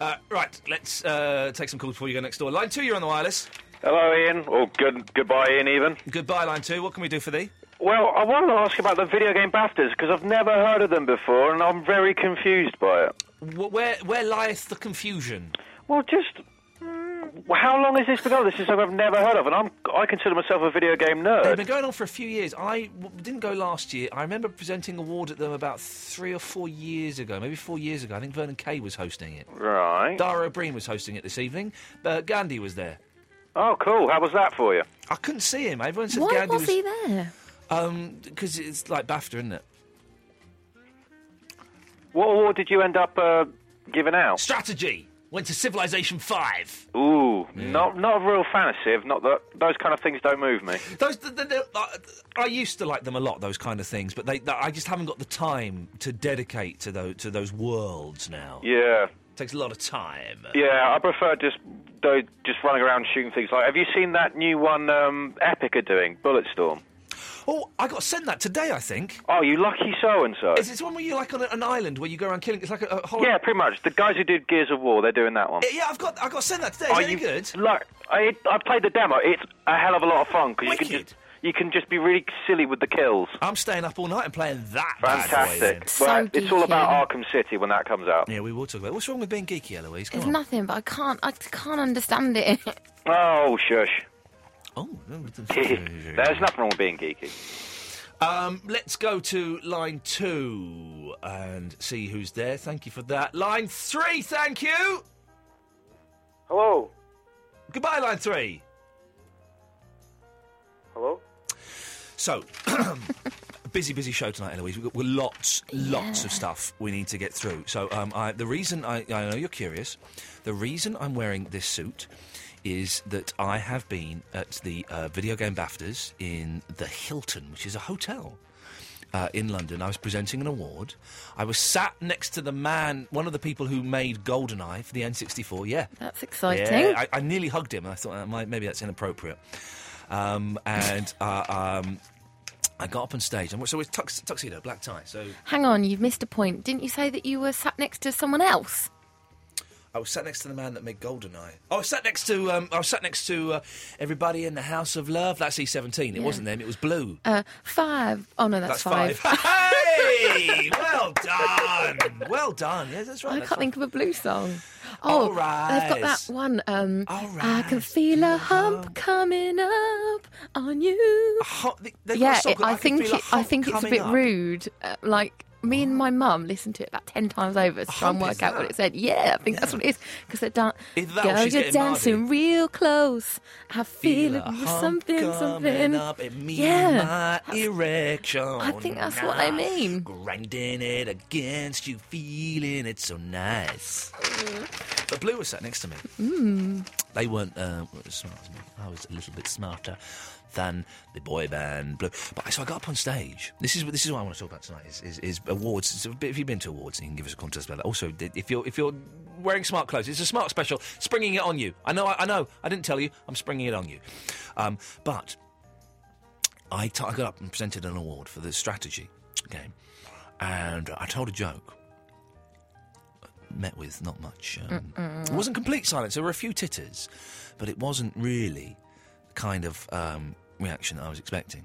B: Uh, right, let's uh, take some calls before you go next door. Line two, you're on the wireless.
K: Hello, Ian. Or good goodbye, Ian. Even.
B: Goodbye, line two. What can we do for thee?
K: [laughs] Well, I wanted to ask about the video game BAFTAs because I've never heard of them before, and I'm very confused by it.
B: Wh- where where lieth the confusion?
K: Well, just well, how long has this been going? This is something I've never heard of, and I'm I consider myself a video game
B: They've
K: nerd.
B: been going on for a few years. I w- didn't go last year. I remember presenting an award at them about three or four years ago, maybe four years ago. I think Vernon Kay was hosting it.
K: Right.
B: Dara O'Brien was hosting it this evening. Uh, Gandhi was there.
K: Oh, cool. How was that for you?
B: I couldn't see him. Everyone said
J: Why
B: Gandhi
J: was he there?
B: because it's like BAFTA, isn't it?
K: What award did you end up uh, giving out?
B: Strategy went to Civilization Five.
K: Ooh, not not a real fantasy. of- Not that those kind of things don't move me.
B: Those, th th th- I- I used to like them a lot. Those kind of things, but they, th I just haven't got the time to dedicate to those to those worlds now.
K: Yeah.
B: takes a lot of time.
K: Yeah, I prefer just though just running around shooting things. Like, have you seen that new one um, Epic are doing, Bulletstorm?
B: Oh, I got sent that today. I think.
K: Oh, you lucky so and so.
B: Is this one where you're like on a, an island where you go around killing? It's like a, a holo-
K: Yeah, pretty much. The guys who did Gears of War, they're doing that one.
B: Yeah, yeah, I've got I got sent that today. Is
K: Are
B: it any
K: you-
B: good?
K: Look, I I played the demo. It's a hell of a lot of fun because you can just you can just be really silly with the kills.
B: I'm staying up all night and playing that. bad boy,
K: Fantastic.
B: then.
K: Well, it's all about Arkham City when that comes out.
B: Yeah, we will talk about. What's wrong with being geeky, Eloise?
J: It's nothing, but I can't. I can't understand it. [laughs]
K: Oh, shush.
B: Oh,
K: [laughs] there's nothing wrong with being geeky.
B: Um, let's go to line two and see who's there. Thank you for that. Line three, thank you. Hello. Goodbye, line three.
I: Hello?
B: So, [clears throat] busy, busy show tonight, Eloise. We've got we've lots, lots of
M: Yeah.
B: stuff we need to get through. So, um, I, the reason I, I know you're curious, the reason I'm wearing this suit is that I have been at the uh, video game BAFTAs in the Hilton, which is a hotel uh, in London. I was presenting an award. I was sat next to the man, one of the people who made GoldenEye for the N64. Yeah,
J: That's exciting.
B: Yeah, I, I nearly hugged him, and I thought that might, maybe that's inappropriate. Um, and uh, um, I got up on stage, and so it's tux, tuxedo, black tie. So
J: Hang on, you've missed a point. Didn't you say that you were sat next to someone else?
B: I was sat next to the man that made Goldeneye. I was sat next to um, I was sat next to uh, everybody in the House of Love. That's E17. It
J: Yeah.
B: wasn't them. It was Blue.
J: Uh, five. Oh no, that's,
B: That's
J: five.
B: [laughs] hey, well done, well done. Yes, that's right.
J: I
B: that's
J: can't think of a blues song.
B: All
J: Oh, they've got
B: right.
J: that one. Um, I can feel a hump coming up on you.
B: they've got a
J: yeah,
B: song
J: it-
B: called
J: I
B: I Can
J: think
B: Feel a
J: it, I
B: Hump
J: think it's a
B: Coming
J: bit
B: Up.
J: rude. Uh, like me and my mum listened to it about ten times over to try and
B: hump
J: work
B: is
J: out what
B: that?
J: it said. Yeah, I think that's what it is because they're dan-
B: Either that or
J: Girl,
B: she's
J: you're
B: getting Mardi.
J: dancing real close. I feel it was
B: hump
J: something,
B: coming
J: something.
B: Up at me
J: yeah.
B: my erection. I
J: think that's what I mean.
B: Grinding it against you, feeling it so nice. But Blue was sat next to me.
J: Mm.
B: They weren't uh, as smart as me. I was a little bit smarter than the boy band Blue. But I- so I got up on stage. This is this is what I want to talk about tonight. Is, is, is awards. So if you've been to awards, you can give us a contest about that. Also, if you're if you're wearing smart clothes, it's a smart special. Springing it on you. I know. I, I know. I didn't tell you. I'm springing it on you. Um, but I, t- I got up and presented an award for the strategy game, and I told a joke. Met with not much. Um,
N: Mm-mm.
B: it wasn't complete silence. There were a few titters, but it wasn't really the kind of um, reaction that I was expecting.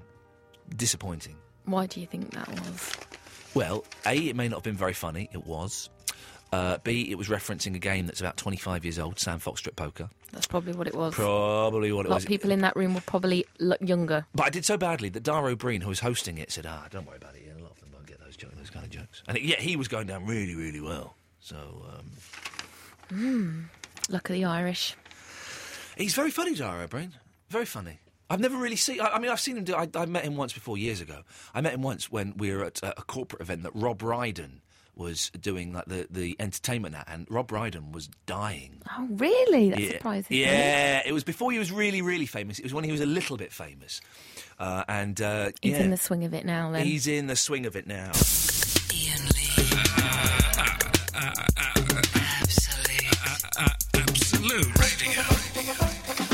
B: Disappointing.
J: Why do you think that was?
B: Well, A, it may not have been very funny. It was. Uh, B, it was referencing a game that's about 25 years old, Sam Fox Strip Poker.
J: That's probably what it was.
B: Probably what
J: a
B: it
J: lot
B: was.
J: of people in that room were probably look younger.
B: But I did so badly that Daro Breen, who was hosting it, said, "Ah, don't worry about it. Ian. A lot of them won't get those jokes, those kind of jokes." And it, yeah, he was going down really, really well. So um,
J: Mm. Luck of the Irish.
B: he's very funny, Daro Breen. Very funny. I've never really seen. I, I mean, I've seen him do. I, I met him once before years ago. I met him once when we were at uh, a, a corporate event that Rob Brydon was doing, like the the entertainment at, and Rob Brydon was dying.
J: Oh, really? That
B: yeah.
J: surprises me.
B: Yeah, it was before he was really, really famous. It was when he was a little bit famous, uh, and uh,
J: He's
B: yeah,
J: in the swing of it now, then.
B: he's in the swing of it now.
L: [laughs] Absolute Radio.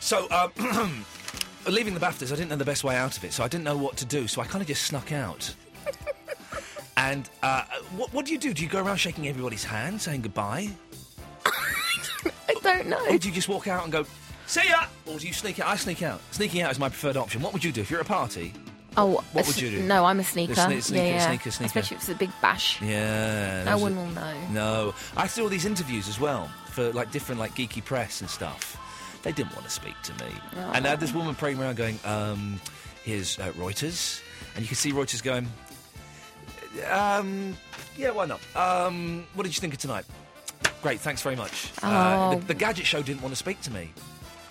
B: So, um, [clears throat] leaving the BAFTAs, I didn't know the best way out of it, so I didn't know what to do, so I kind of just snuck
J: [laughs]
B: out. and uh, what, what do you do? Do you go around shaking everybody's hand, saying goodbye?
J: I don't know.
B: Or do you just walk out and go, see ya? Or do you sneak out? I sneak out. Sneaking out is my preferred option. What would you do if you're at a party?
J: Oh,
B: What
J: a
B: would
J: sn-
B: you do?
J: No, I'm a
B: The
J: sneaker.
B: sne- sneaker,
J: yeah, yeah.
B: sneaker, sneaker.
J: Especially if it's a big bash.
B: Yeah.
J: No
B: those
J: one
B: are-
J: will know.
B: No. I saw all these interviews as well for like different like geeky press and stuff. They didn't want to speak to me.
J: Oh.
B: And I had this woman praying around going, um, here's uh, Reuters. And you could see Reuters going, um, yeah, why not? Um, what did you think of tonight? Great, thanks very much. Uh,
J: Oh.
B: the, the Gadget Show didn't want to speak to me.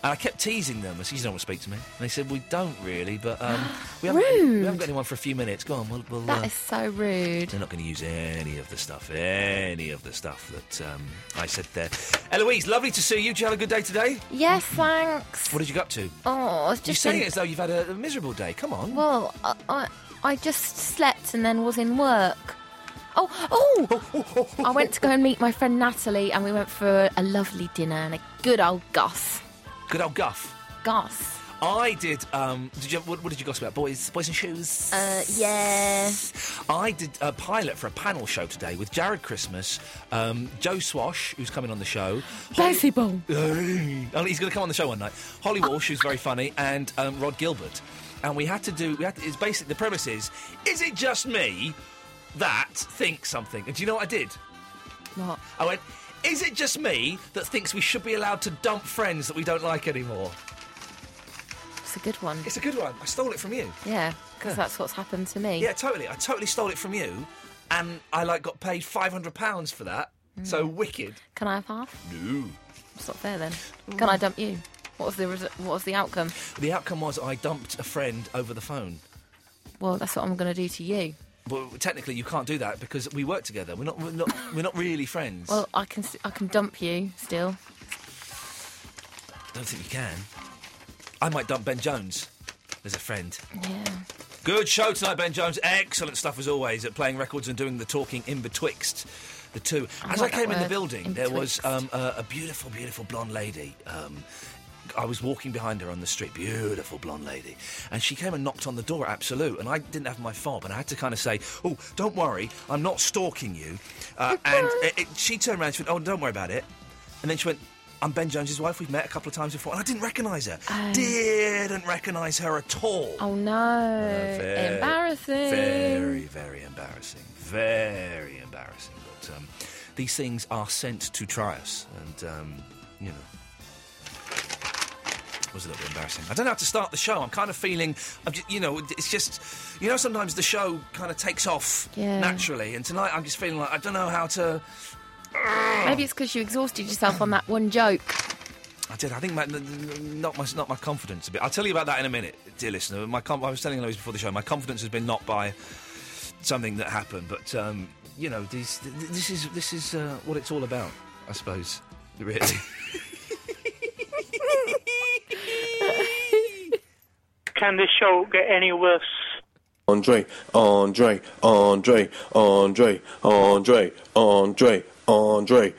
B: And I kept teasing them. I said, you don't want to speak to me. And they said, we don't really, but um, we, haven't, got- we haven't got anyone for a few minutes. Go on, we'll... we'll
J: That
B: uh,
J: is so rude.
B: they're not going to use any of the stuff, any of the stuff that um, I said there. [laughs] Eloise, lovely to see you. Did you have a good day today?
J: Yes, thanks.
B: What did you get up to?
J: Oh, it's just
B: You're saying
J: been-
B: it as though you've had a, a miserable day. Come on.
J: Well, I, I, I just slept and then was in work. Oh,
B: [laughs]
J: oh! I went to go and meet my friend Natalie, and we went for a lovely dinner and a good old goss.
B: Good old guff.
J: Goss.
B: I did. Um, did you? What, what did you gossip about? Boys, boys and shoes.
J: Uh, yeah.
B: I did a pilot for a panel show today with Jared Christmas, um, Joe Swash, who's coming on the show.
J: Bouncy ball.
B: Oh, he's going to come on the show one night. Holly Walsh, who's very funny, and um, Rod Gilbert. And we had to do. We had to, it's basically the premise is: is it just me that thinks something? And do you know what I did?
J: What?
B: I went. Is it just me that thinks we should be allowed to dump friends that we don't like anymore?
J: It's a good one.
B: It's a good one. I stole it from you.
J: Yeah, because
B: Yeah.
J: that's what's happened to me.
B: Yeah, totally. I totally stole it from you, and I like got paid five hundred pounds for that. So wicked.
J: Can I have half?
B: No.
J: It's not fair then. Can I dump you? What was the res- what was the outcome?
B: The outcome was I dumped a friend over the phone.
J: Well, that's what I'm going to do to you.
B: But technically, you can't do that because we work together. We're not. We're not. we're not really friends.
J: Well, I can s- I can dump you still.
B: Don't think you can. I might dump Ben Jones as a friend.
J: Yeah.
B: Good show tonight, Ben Jones. Excellent stuff as always at playing records and doing the talking in betwixt the two.
P: I
B: As I
P: like that
B: came in the
P: word,
B: building,
P: in
B: there was um, a, a beautiful, beautiful blonde lady. Um, I was walking behind her on the street, beautiful blonde lady, and she came and knocked on the door at Absolute, and I didn't have my fob, and I had to kind of say, "Oh, don't worry, I'm not stalking you."
P: [laughs]
B: Uh, and it, it- she turned around, and she went, "Oh, don't worry about it," and then she went. I'm Ben Jones's wife. We've met a couple of times before, and I didn't recognise her. Didn't recognise her at all.
J: Oh no!
B: Very-
J: Embarrassing.
B: Very, very embarrassing. Very embarrassing. But um, these things are sent to try us, and um, you know. It was a little bit embarrassing. I don't know how to start the show. I'm kind of feeling, I'm just, you know, it's just, you know, sometimes the show kind of takes off
J: Yeah.
B: naturally, and tonight I'm just feeling like I don't know how to.
J: Maybe it's because you exhausted yourself on that one joke.
B: I did. I think my, n- n- not my not my confidence a bit. I'll tell you about that in a minute, dear listener. My com- I was telling Louise before the show. My confidence has been knocked by something that happened, but um, you know, these, th- th- this is this is uh, what it's all about, I suppose. Really.
M: Can this show get any worse?
I: Andre, Andre, Andre, Andre, Andre, Andre, Andre.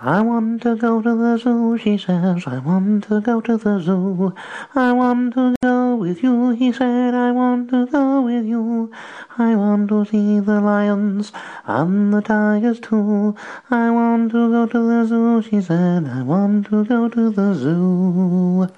G: I want to go to the zoo, she says. I want to go to the zoo. I want to go with you, he said. I want to go with you. I want to see the lions and the tigers too. I want to go to the zoo, she said. I want to go to the zoo.